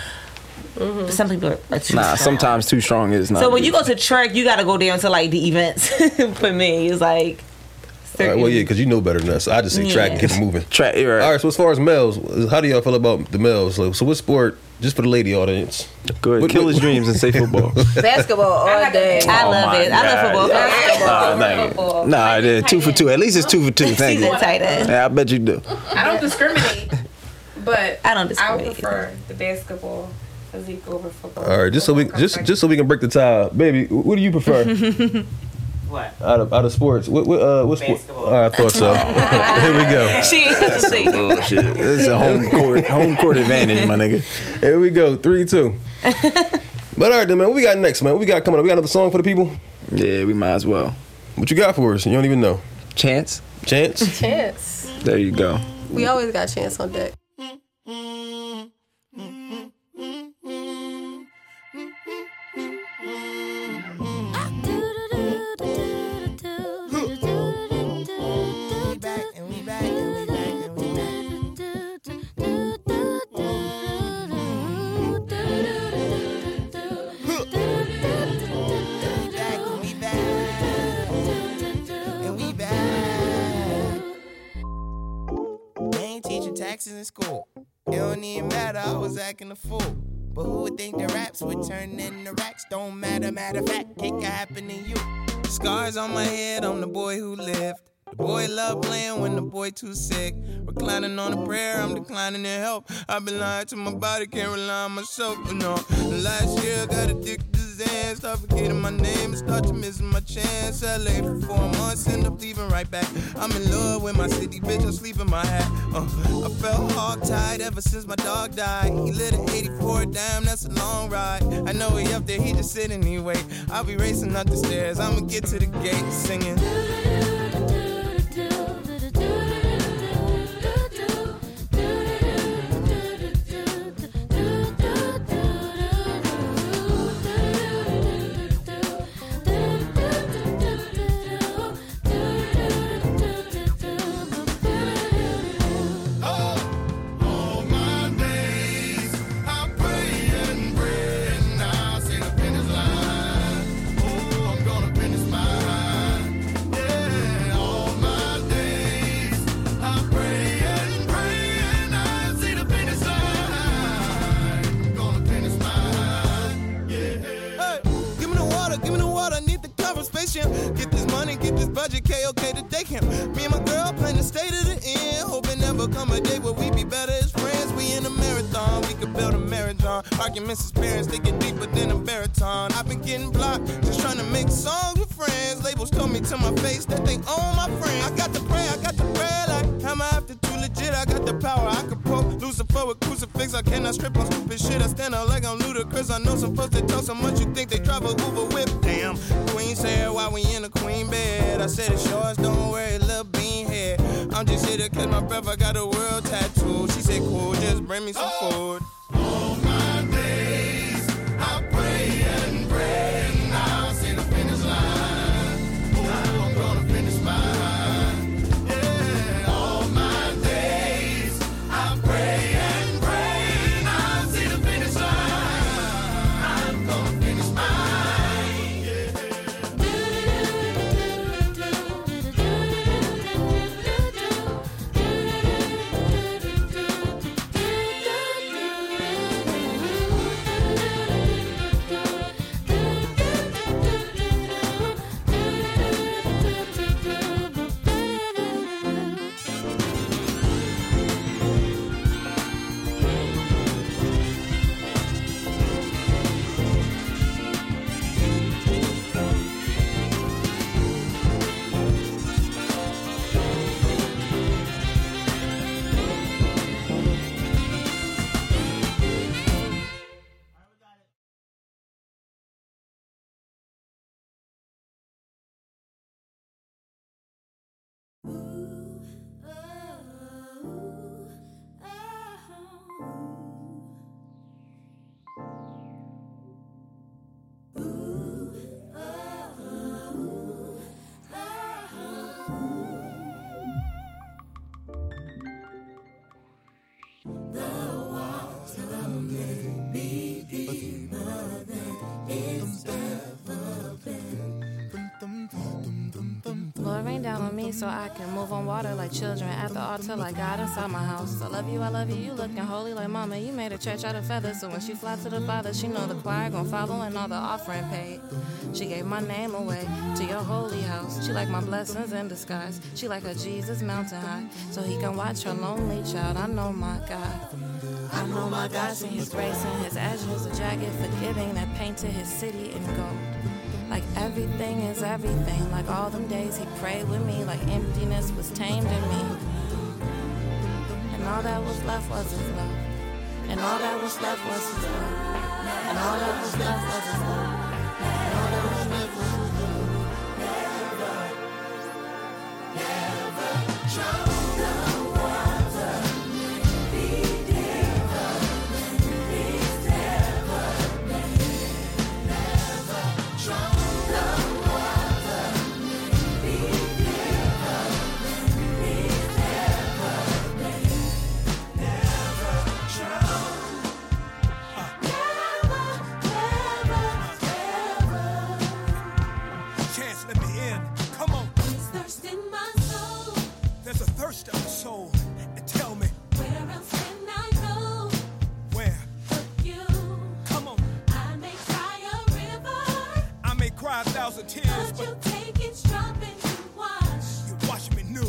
S6: But Some people are, are too
S4: Nah,
S6: strong.
S4: sometimes too strong is not.
S6: So when
S4: good.
S6: you go to track, you got to go down to like the events. For me, it's like.
S3: All right, well, yeah, because you know better than us. I just say track and
S6: Yeah.
S3: keep it moving.
S4: track, you're right.
S3: All right. So as far as males, how do y'all feel about the males? So, so what sport? Just for the lady audience.
S4: Go ahead,
S3: What-
S4: kill
S3: what-
S4: his dreams and say football.
S5: basketball all day.
S6: I love
S4: my
S6: it. I love
S4: God.
S6: football.
S4: Nah, thank you. Nah, it is two for two. At least it's two for two. Thank
S6: She's
S4: you.
S6: a tight end.
S4: Yeah, I bet you do.
S7: I don't discriminate, but
S6: I don't
S7: I would
S6: discriminate.
S7: prefer the basketball physique over football.
S3: All right. Just so we just just so we can break the tie, baby. wh- What do you prefer?
S11: What?
S3: Out of out of sports, what what uh, what sport?
S11: Basketball.
S3: All right, I thought so. Here we go.
S6: She is. She.
S12: Bullshit.
S4: This is a home court home court advantage, my nigga.
S3: Here we go. Three, two. but all right, then, man. What we got next, man? What we got coming up? We got another song for the people?
S4: Yeah, we might as well.
S3: What you got for us? You don't even know.
S4: Chance.
S3: Chance?
S5: Chance.
S4: There you go.
S5: We always got chance on deck.
S13: They ain't teaching taxes in school. It don't even matter, I was acting a fool. But who would think the raps would turn into racks? Don't matter, matter of fact, it can happen to you. Scars on my head, I'm the boy who lived. The boy love playing when the boy too sick. Reclining on a prayer, I'm declining to help. I've been lying to my body, can't rely on myself, you know. Last year, I got addicted to Zan. Start forgetting my name and start to missing my chance. LA for four months, end up leaving right back. I'm in love with my city, bitch, I sleep in my hat. Uh, I felt hog tied ever since my dog died. He lit an 84, damn, that's a long ride. I know he up there, he just sitting, he wait. I'll be racing up the stairs, I'ma get to the gate singing. Hey, give me the water, give me the water, I need the cover spaceship. Get this money, get this budget, KOK to take him. Me and my girl plan to stay to the end. Hoping never come a day where we be better as friends. We in a marathon, we could build a marathon. Arguments as parents, they get deeper than a baritone. I've been getting blocked, just trying to make songs with friends. Labels told me to my face that they own my friend. I got the prayer, I got the prayer, like, how am I after too legit? I got the power, I could poke Lucifer with crucifix. I cannot strip on stupid shit. I stand out like I'm ludicrous. I know some folks that talk so much you think they drive a Uber whip. Damn, Queen said why we in a queen bed. I said it's yours, don't worry, little bean head. I'm just here to catch my breath. I got a world tattoo. She said cool, just bring me some food. All my days, I pray and pray, and I'll see the finish line. Ooh, I'm gonna
S14: Lord, rain down on me so I can move on water like children. At the altar, like God inside my house. I love you, I love you. You looking holy like mama. You made a church out of feathers, so when she fly to the Father, she know the choir gon' follow and all the offering paid. She gave my name away to your holy house. She like my blessings in disguise. She like a Jesus mountain high, so he can watch her lonely child. I know my God. I know my God's in his grace and his azure is a jagged forgiving that painted his city in gold. Like everything is everything, like all them days he prayed with me, like emptiness was tamed in me. And all that was left was his love. And all that was left was his love. And all that was left was his love. And all that was left was his love.
S11: Chance, let me in. Come on.
S15: There's thirst in my soul.
S11: There's a thirst of the soul. And tell me
S15: Where else can I go
S11: where.
S15: but you?
S11: Come on.
S15: I may cry a river,
S11: I may cry a thousand tears,
S15: but
S11: but
S15: you take each drop and you wash
S11: you wash me new.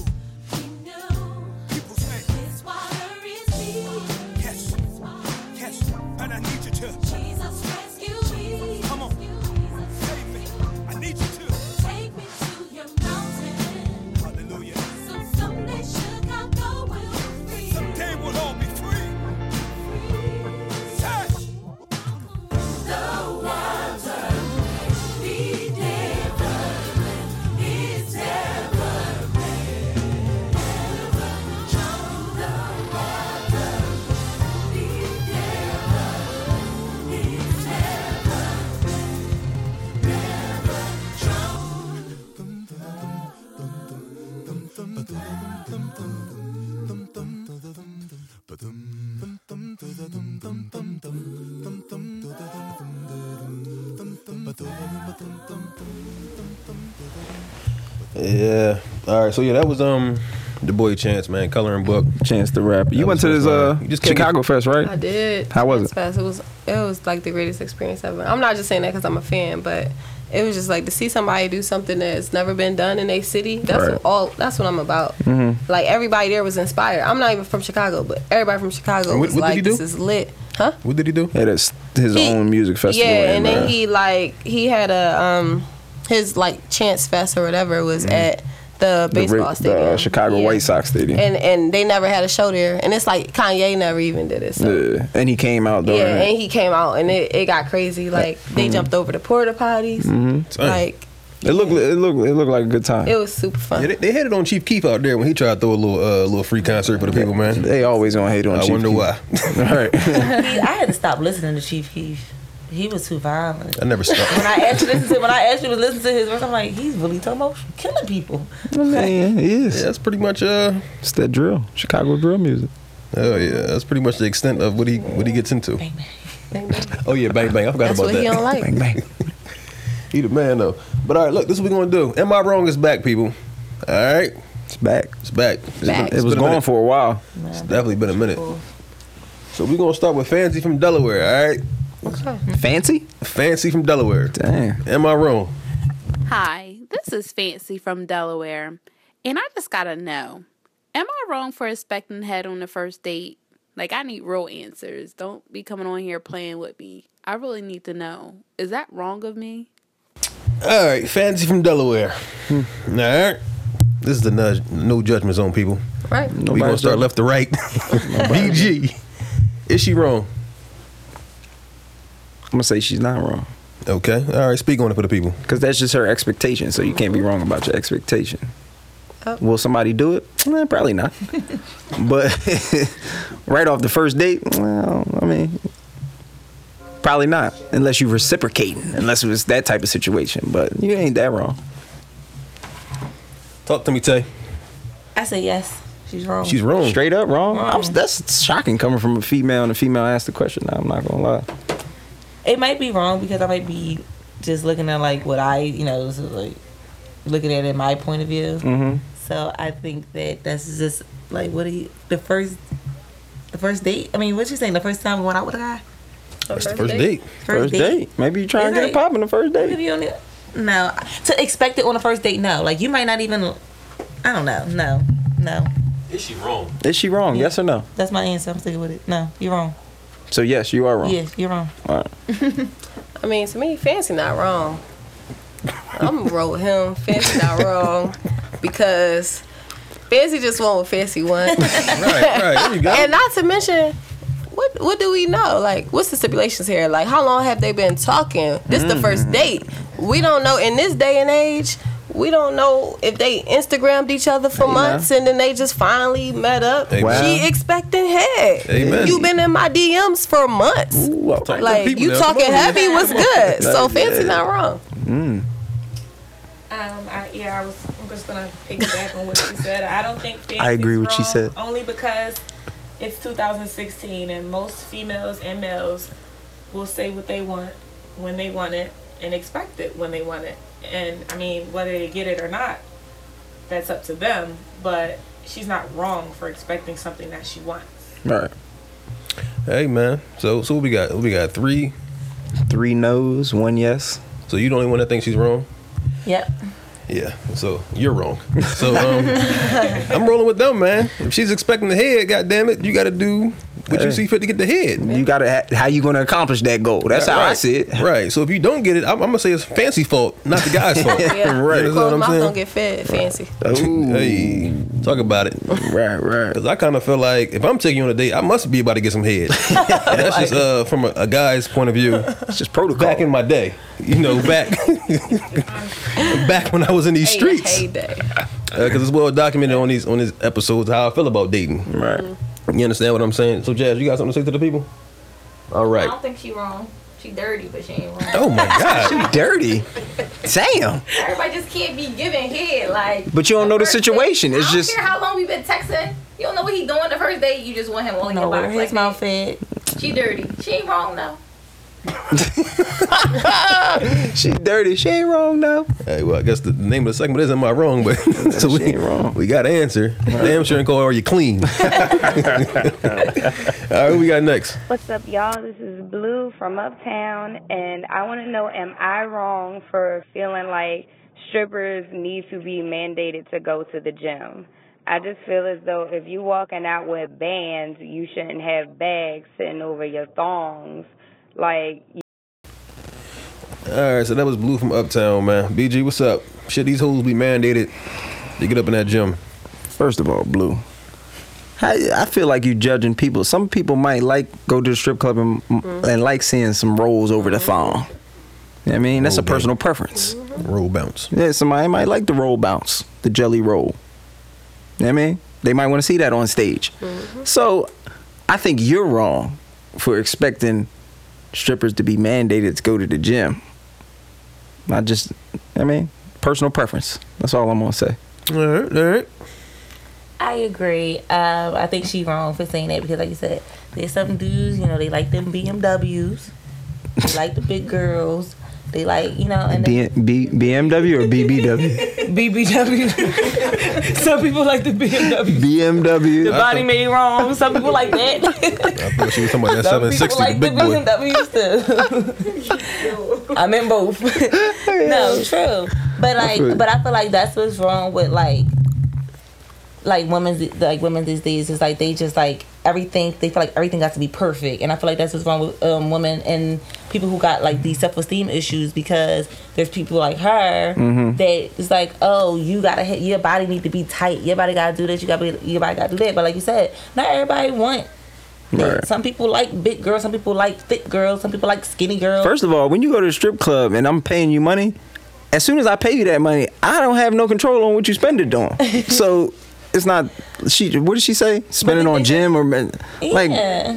S15: me new.
S11: People say,
S15: This water is deep.
S11: yes,
S15: This water is
S11: yes. And I need you to.
S15: Jesus rescue me.
S11: Come on.
S15: Rescue
S11: Save me.
S15: me.
S11: I need you to.
S15: Take me to your mountain.
S11: Hallelujah.
S15: So someday Chicago will be
S11: Someday we'll all be free. Say,
S3: Yeah. All right. So yeah, that was um the boy Chance, man. Coloring book.
S4: Chance the rapper. You
S3: That was
S4: went to this
S3: just
S4: uh
S3: fire. You just can't
S4: Chicago Fest,
S5: I
S4: right?
S5: did.
S4: How was
S5: It's
S4: it?
S5: Fast. It was it was like the greatest experience ever. I'm not just saying that because I'm a fan, but it was just like to see somebody do something that's never been done in a city. That's
S4: Right.
S5: all. That's what I'm about.
S3: Mm-hmm.
S5: Like everybody there was inspired. I'm not even from Chicago, but everybody from Chicago
S3: And what-
S5: was
S3: what did
S5: like,
S3: he do?
S5: "This is lit." Huh?
S3: What did he do?
S4: Had his his
S5: He-
S4: own music festival.
S5: Yeah, and
S4: in,
S5: then
S4: uh,
S5: he like he had a um his like chance fest or whatever was at the
S4: Mm-hmm. the,
S5: baseball
S4: Ra-
S5: stadium,
S4: the uh, Chicago
S5: Yeah.
S4: White Sox stadium.
S5: and and they never had a show there, and it's like Kanye never even did it. So.
S4: yeah. and he came out during
S5: Yeah, and he came out and it, it got crazy. Like
S4: Mm-hmm.
S5: they jumped over the porta potties. Like
S4: it looked it looked it looked like a good time.
S5: it was super fun.
S3: Yeah, they, they had it on Chief Keef out there when he tried to throw a little uh little free concert for the people, man.
S4: they always gonna hate on.
S3: I
S4: Chief
S3: wonder
S4: Keef.
S3: why.
S4: All right,
S6: He- I had to stop listening to Chief Keef. He was too violent.
S3: I never
S6: When
S3: stopped.
S6: I actually listened to when I actually was listening to his verse, I'm like, he's really talking about killing people.
S4: man, it
S3: Yeah,
S4: is.
S3: that's pretty much uh
S4: It's that drill, Chicago drill music.
S3: oh yeah, that's pretty much the extent of what he what he gets into. Oh yeah, bang bang. I forgot
S5: That's
S3: about
S5: what
S3: that.
S5: he don't like.
S4: Bang bang.
S3: He the man though. But all right, look, this is what we're gonna do. Am I wrong? It's back, people. All right,
S4: It's back.
S3: it's back. It's been-
S5: Back.
S3: it's
S4: It was
S3: been a
S4: gone
S3: minute.
S4: for a while.
S3: It's definitely been a minute. So we're gonna start with Fancy from Delaware. All right,
S4: Fancy?
S3: Fancy from Delaware.
S4: Damn.
S3: Am I wrong?
S14: Hi, this is Fancy from Delaware, and I just gotta know Am I wrong for expecting head on the first date? Like, I need real answers. Don't be coming on here playing with me. I really need to know. Is that wrong of me?
S3: All right, Fancy from Delaware. Hmm. All right, this is the nudge, no judgment zone, people.
S5: Right.
S3: we gonna start left to right. BG, is she wrong?
S4: I'm gonna say she's not wrong
S3: Okay. All right, speak on it for the people.
S4: because that's just her expectation. So you can't be wrong about your expectation.
S6: Oh.
S4: Will somebody do it? Eh, probably not. but right off the first date, well, I mean, probably not. Unless you're reciprocating, unless it was that type of situation. But you ain't that wrong.
S3: Talk to me, Tay.
S6: I said yes. She's wrong.
S3: She's wrong.
S4: Straight up wrong.
S6: Wrong.
S4: I'm, that's shocking coming from a female, and a female asked the question. I'm not gonna lie.
S6: It might be wrong because I might be just looking at like what I, you know, this is, like looking at it in my point of view.
S4: Mhm.
S6: So I think that that's just like what do you the first the first date? I mean, what you saying? The first time going out with a guy?
S3: That's the first date.
S6: First date.
S4: Maybe you're trying
S6: It's
S4: to get
S6: like-
S4: it popping the first
S6: If
S4: date.
S6: you only, no, to expect it on the first date, no. Like you might not even. I don't know. No, no.
S3: Is she wrong?
S4: Is she wrong? Yes or no?
S6: That's my answer. I'm sticking with it. No, you're wrong.
S4: So yes, you are wrong.
S6: Yes, you're wrong.
S4: All right.
S5: I mean, to me, Fancy not wrong. I'm gonna roll with him. Fancy not wrong because Fancy just want what Fancy wants.
S3: right, right. There you go.
S5: And not to mention, what what do we know? Like, what's the stipulations here? Like, how long have they been talking? This the
S3: Mm.
S5: first date. We don't know in this day and age. We don't know if they Instagrammed each other for
S4: Hey, man.
S5: months and then they just finally met up.
S4: Hey, man.
S5: She expecting head.
S3: Amen.
S5: You've been in my DMs for months.
S4: Ooh, I'm
S3: Talk to the
S5: Like
S3: people
S5: you
S3: now.
S5: talking
S3: Come on.
S5: heavy was good.
S4: Nah,
S5: So fancy
S4: yeah.
S5: not wrong.
S4: Mm.
S7: Um, I, yeah, I was. I'm just gonna piggyback on what she said. I don't think Fancy's
S4: I agree with
S7: wrong,
S4: she said.
S7: Only because it's 2016 and most females and males will say what they want when they want it and expect it when they want it. And I mean, whether they get it or not, that's up to them. But she's not wrong for expecting something that she wants.
S4: All right.
S3: Hey man. So so what we got? What We got three.
S4: Three no's, one yes.
S3: So you the only one that thinks she's wrong?
S6: Yep.
S3: Yeah. So you're wrong. So um, I'm rolling with them, man. If she's expecting the head, god damn it, you got to do what
S4: Hey.
S3: you see fit to get the head.
S4: You gotta. How you gonna accomplish that goal? That's
S3: Right,
S4: how I
S3: right.
S4: see it.
S3: Right. So if you don't get it, I'm, I'm gonna say it's fancy fault, not the guy's fault.
S5: Yeah.
S3: Right. You know
S5: Closed
S3: what
S5: mouth don't
S3: I'm saying?
S5: get fed, fancy.
S4: Ooh.
S3: Hey, talk about it.
S4: Right, right.
S3: Cause I kind of feel like if I'm taking you on a date, I must be about to get some head. And that's just uh, from a, a guy's point of view.
S4: It's just protocol.
S3: Back in my day, you know, back back when I was in these
S5: Hey,
S3: streets.
S5: heyday.
S3: because it's well documented on these on these episodes how I feel about dating.
S4: right.
S3: You understand what I'm saying? So, Jazz, you got something to say to the people? All
S8: I
S3: right.
S8: don't think she wrong. She dirty, but she ain't wrong.
S3: Oh my God.
S4: Dirty. Damn.
S8: Everybody just can't be giving head. Like,
S4: But you don't know the
S8: first date-
S4: situation. It's
S8: I don't
S4: just-
S8: care how long we been texting. You don't know what he doing the first day. You just want him on
S6: No,
S8: your
S6: where
S8: box. Like,
S6: his mouth at?
S8: she dirty. She ain't wrong though.
S4: She dirty. She ain't wrong though.
S3: Hey, well, I guess the name of the segment is "Am I Wrong?" But so
S4: She
S3: we
S4: ain't wrong.
S3: we got to answer. Damn sure and call are you clean? All right, who we got next?
S16: What's up, y'all? This is Blue from Uptown, and I want to know am I wrong for feeling like strippers need to be mandated to go to the gym? I just feel as though if you walking out with bands, you shouldn't have bags sitting over your thongs. Like,
S3: All right, so that was Blue from Uptown, man. BG, what's up? Should these hoes be mandated to get up in that gym?
S4: First of all, blue. I, I feel like you judging people. Some people might like go to the strip club and, and like seeing some rolls over the phone. You know what I mean, that's a
S3: Roll back.
S4: personal preference.
S3: Roll bounce.
S4: Yeah, somebody might like the roll bounce, the jelly roll. You know what I mean? They might want to see that on stage. So I think you're wrong for expecting strippers to be mandated to go to the gym. I just, I mean, personal preference. That's all I'm going to say.
S3: All right, all right.
S6: I agree. Um, I think she wrong for saying that because, like you said, there's some dudes, you know, they like them BMWs, they like the big girls, they like, you know, and they,
S4: B- B- BMW or BBW?
S6: BBW. some people like the BMW.
S4: BMW.
S6: The body made wrong. Some people like that.
S3: I thought she was talking about that
S6: Some people
S3: 760,
S6: like
S3: the
S6: the
S3: big boy.
S6: BMWs too. I'm in both.
S3: Oh,
S6: no, true. But
S4: feel you.
S6: like, but I feel like that's what's wrong with like, like women's like women these days is like they just like everything they feel like everything has to be perfect, and I feel like that's what's wrong with um, women and people who got like these self esteem issues because there's people like her
S3: Mm-hmm.
S6: that is like, oh, you gotta hit your body need to be tight, your body gotta do this, you gotta be, your body gotta do that. But like you said, not everybody want. that.
S4: Right.
S6: Some people like big girls, some people like thick girls, some people like skinny girls.
S4: First of all, when you go to the strip club and I'm paying you money, as soon as I pay you that money, I don't have no control on what you spend it on. so it's not she. What did she say? Spend it on gym or men- like
S6: yeah.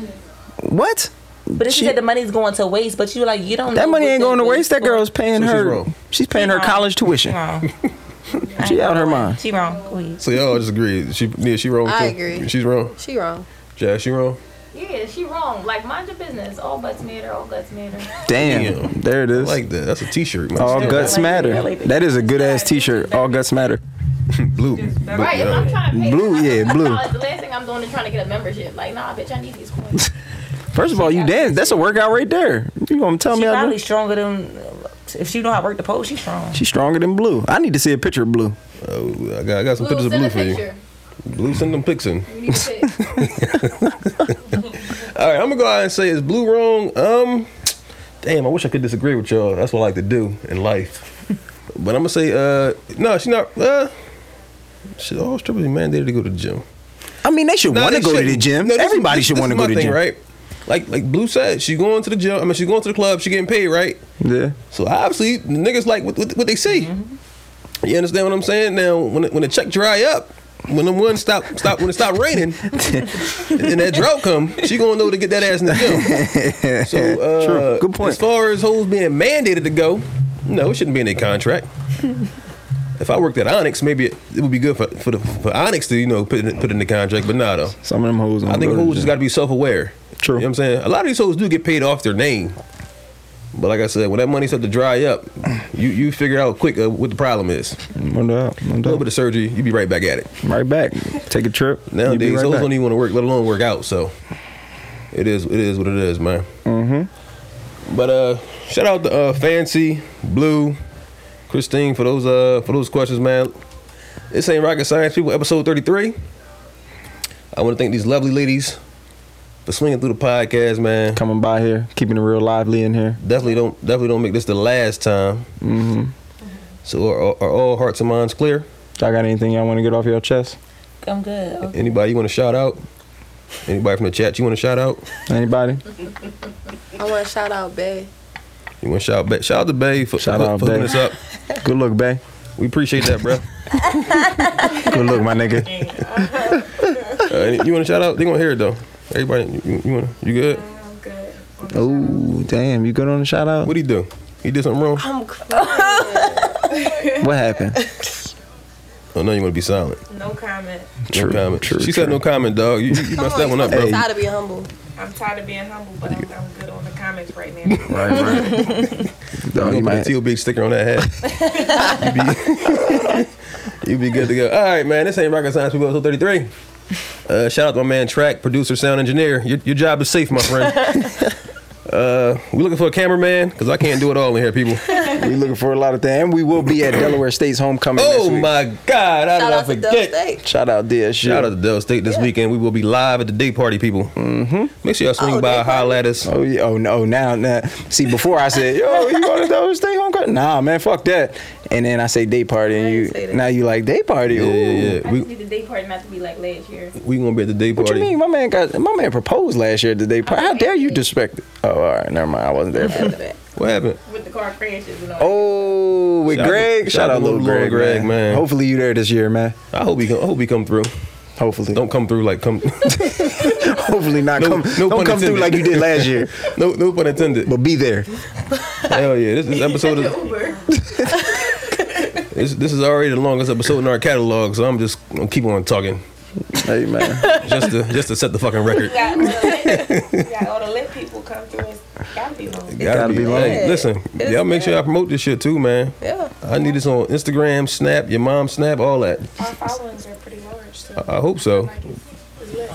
S4: what?
S6: But if she,
S4: She-
S6: said the money's going to waste, but you like you don't.
S4: That
S6: know
S4: money
S6: what
S4: ain't going to
S6: that
S4: waste. That
S6: for.
S4: girl's paying her. She's paying her college tuition. She out her mind.
S6: She wrong. Please.
S3: So y'all just agreed. She yeah, she wrong.
S8: I
S3: too.
S8: agree.
S3: She's wrong.
S8: She wrong.
S3: Yeah, she wrong.
S8: Yeah, she wrong. Like mind your business. All guts matter. All guts matter.
S4: Damn. There it is.
S3: like that. That's a T-shirt. man.
S4: All
S3: Still
S4: guts
S3: like-
S4: matter. That is a good ass T-shirt. All guts matter.
S3: blue.
S8: Right, if I'm trying to pay
S4: Blue, yeah, blue.
S8: $100, The last thing I'm doing is trying to get a membership. Like, nah, bitch, I need these coins.
S4: First of all, you dance. That's a workout right there. You gonna tell
S6: She
S4: me I
S6: probably
S4: do?
S6: stronger than if she know how to work the pole. She's strong.
S4: She's stronger than blue. I need to see a picture of blue.
S3: Oh, I got I got some pictures of blue for you. Blue, send them pics in. All right, I'm gonna go out and say is blue wrong. Um, damn, I wish I could disagree with y'all. That's what I like to do in life. but I'm gonna say, uh, no, she's not. Uh, shit, all strippers are mandated to go to the gym.
S4: I mean, they should
S3: Nah,
S4: want to
S3: they
S4: go to the
S3: shouldn't.
S4: gym.
S3: No, this is-
S4: Everybody
S3: this-
S4: should
S3: this
S4: want to
S3: is
S4: go
S3: my
S4: to the
S3: thing,
S4: gym.
S3: right? Like like Blue said, she going to the gym. I mean, she going to the club. She getting paid, right?
S4: Yeah.
S3: So obviously, the niggas like what, what, what they see.
S4: Mm-hmm.
S3: You understand what I'm saying? Now, when it, when the check dry up, when them one stop stop when it stop raining, and that drought come, she gonna know to get that ass in the gym. So, uh,
S4: True. Good point.
S3: As far as hoes being mandated to go, no, it shouldn't be in their contract. If I worked at Onyx, maybe it, it would be good for for, the, for Onyx to you know put in, put in the contract, but nah, though.
S4: Some of them hoes.
S3: I
S4: don't
S3: think
S4: go to the
S3: hoes just
S4: gym.
S3: got to be self aware. True. You know what I'm saying? A lot of these hoes do get paid off their name. But like I said, when that money starts to dry up, you, you figure out quick uh, what the problem is.
S4: No doubt.
S3: A
S4: No
S3: little bit of surgery, you be right back at it.
S4: Right back. Take a trip.
S3: Nowadays,
S4: right
S3: hoes
S4: back.
S3: don't even want to work, let alone work out. So it is it is what it is, man.
S4: Mm-hmm.
S3: But uh, shout out to uh, Fancy Blue, Christine for those uh for those questions, man. This ain't rocket science, people. Episode thirty three. I want to thank these lovely ladies for swinging through the podcast, man.
S4: Coming by here, keeping it real lively in here.
S3: Definitely don't definitely don't make this the last time.
S4: Mm-hmm.
S3: So are, are all hearts and minds clear?
S4: Y'all got anything y'all want to get off your chest?
S6: I'm good. Okay.
S3: Anybody you want to shout out? Anybody from the chat you want to shout out?
S4: Anybody?
S8: I want to shout out Bay.
S3: You want to shout back? Shout out to Bay for,
S4: Shout
S3: for,
S4: out,
S3: for hooking
S4: Bay.
S3: us up.
S4: Good look, Bay.
S3: We appreciate that, bro.
S4: Good look, my nigga.
S3: Uh, any- you want to shout out? They gonna hear it though. Everybody, you, you, you, wanna, you good?
S4: Oh, damn. You good on the shout out?
S3: What he do? He did something wrong?
S5: I'm crying.
S4: What happened?
S3: Oh no, you want to be silent.
S7: No comment.
S3: No comment. she said no comment, dog. You, you you messed that one up, bro.
S5: I'm tired of being humble.
S7: I'm tired of being humble, but I'm, I'm good on the comments right now.
S3: Dog, you might teal big sticker on that hat. you be, you be good to go. All right, man. This ain't rocket science. We go to 33. Uh, shout out to my man Track, producer, sound engineer. Your, your job is safe, my friend. Uh, we looking for a cameraman because I can't do it all in here, people.
S4: we looking for a lot of things. And we will be at Delaware State's homecoming.
S3: Oh
S4: next week.
S3: my God! I
S4: Shout
S3: did
S4: out to Del
S3: forget.
S4: Shout out DSU.
S3: Shout out to Dell State this weekend. We will be live at the day party, people. Mm-hmm. Make sure y'all swing by, holla at us.
S4: Oh yeah. Oh no. Now, now. See, before I said, "Yo, you want to go stay home?" girl?" Nah, man, fuck that. And then I say day party, and you now you like day party.
S3: Yeah,
S4: Ooh.
S3: yeah, yeah.
S8: I
S3: We
S8: just need the day party not to be like last year.
S3: we gonna be at the day
S4: What
S3: party.
S4: you mean? My man got my man proposed last year at the day party. How dare you disrespect? It? Oh, all right. Never mind. I wasn't there for that.
S3: What happened?
S8: With the car crashes and all
S4: Oh, with
S3: Shout out to-
S4: Greg.
S3: shout
S4: shout
S3: out
S4: out
S3: to
S4: little
S3: little
S4: Greg,
S3: Greg,
S4: man.
S3: man.
S4: Hopefully you there this year, man.
S3: I hope he come, I hope he come through.
S4: Hopefully.
S3: Don't come through like come.
S4: Hopefully not
S3: No-
S4: come.
S3: no
S4: don't
S3: pun
S4: come through
S3: intended.
S4: like you did last year.
S3: no no pun intended.
S4: But be there.
S3: Hell yeah! This, this episode is this, this is already the longest episode in our catalog, so I'm just gonna keep on talking
S4: Hey man.
S3: just to just to set the fucking record.
S7: got, all the, got all the lit people come through. It's gotta be long.
S3: Gotta,
S4: gotta
S3: be
S4: be
S3: long.
S4: long.
S3: Hey, listen, y'all make sure y'all promote this shit too, man.
S5: Yeah.
S3: I need this on Instagram, Snap, your mom, Snap, all that.
S7: Our followings are pretty large. So
S3: I, I hope so.
S7: it's lit.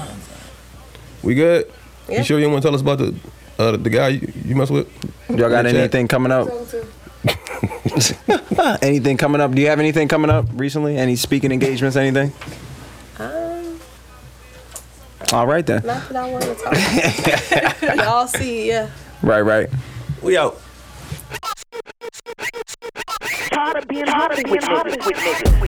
S3: We good?
S5: Yeah.
S3: You sure you don't want to tell us about the uh, the guy you, you mess with?
S4: Y'all got anything coming up? anything coming up? Do you have anything coming up recently? Any speaking engagements? Anything?
S5: Um,
S4: All right then.
S5: not that I want to talk. about. Y'all see, yeah.
S4: Right, right.
S3: We out.
S1: Tired of being hard with niggas.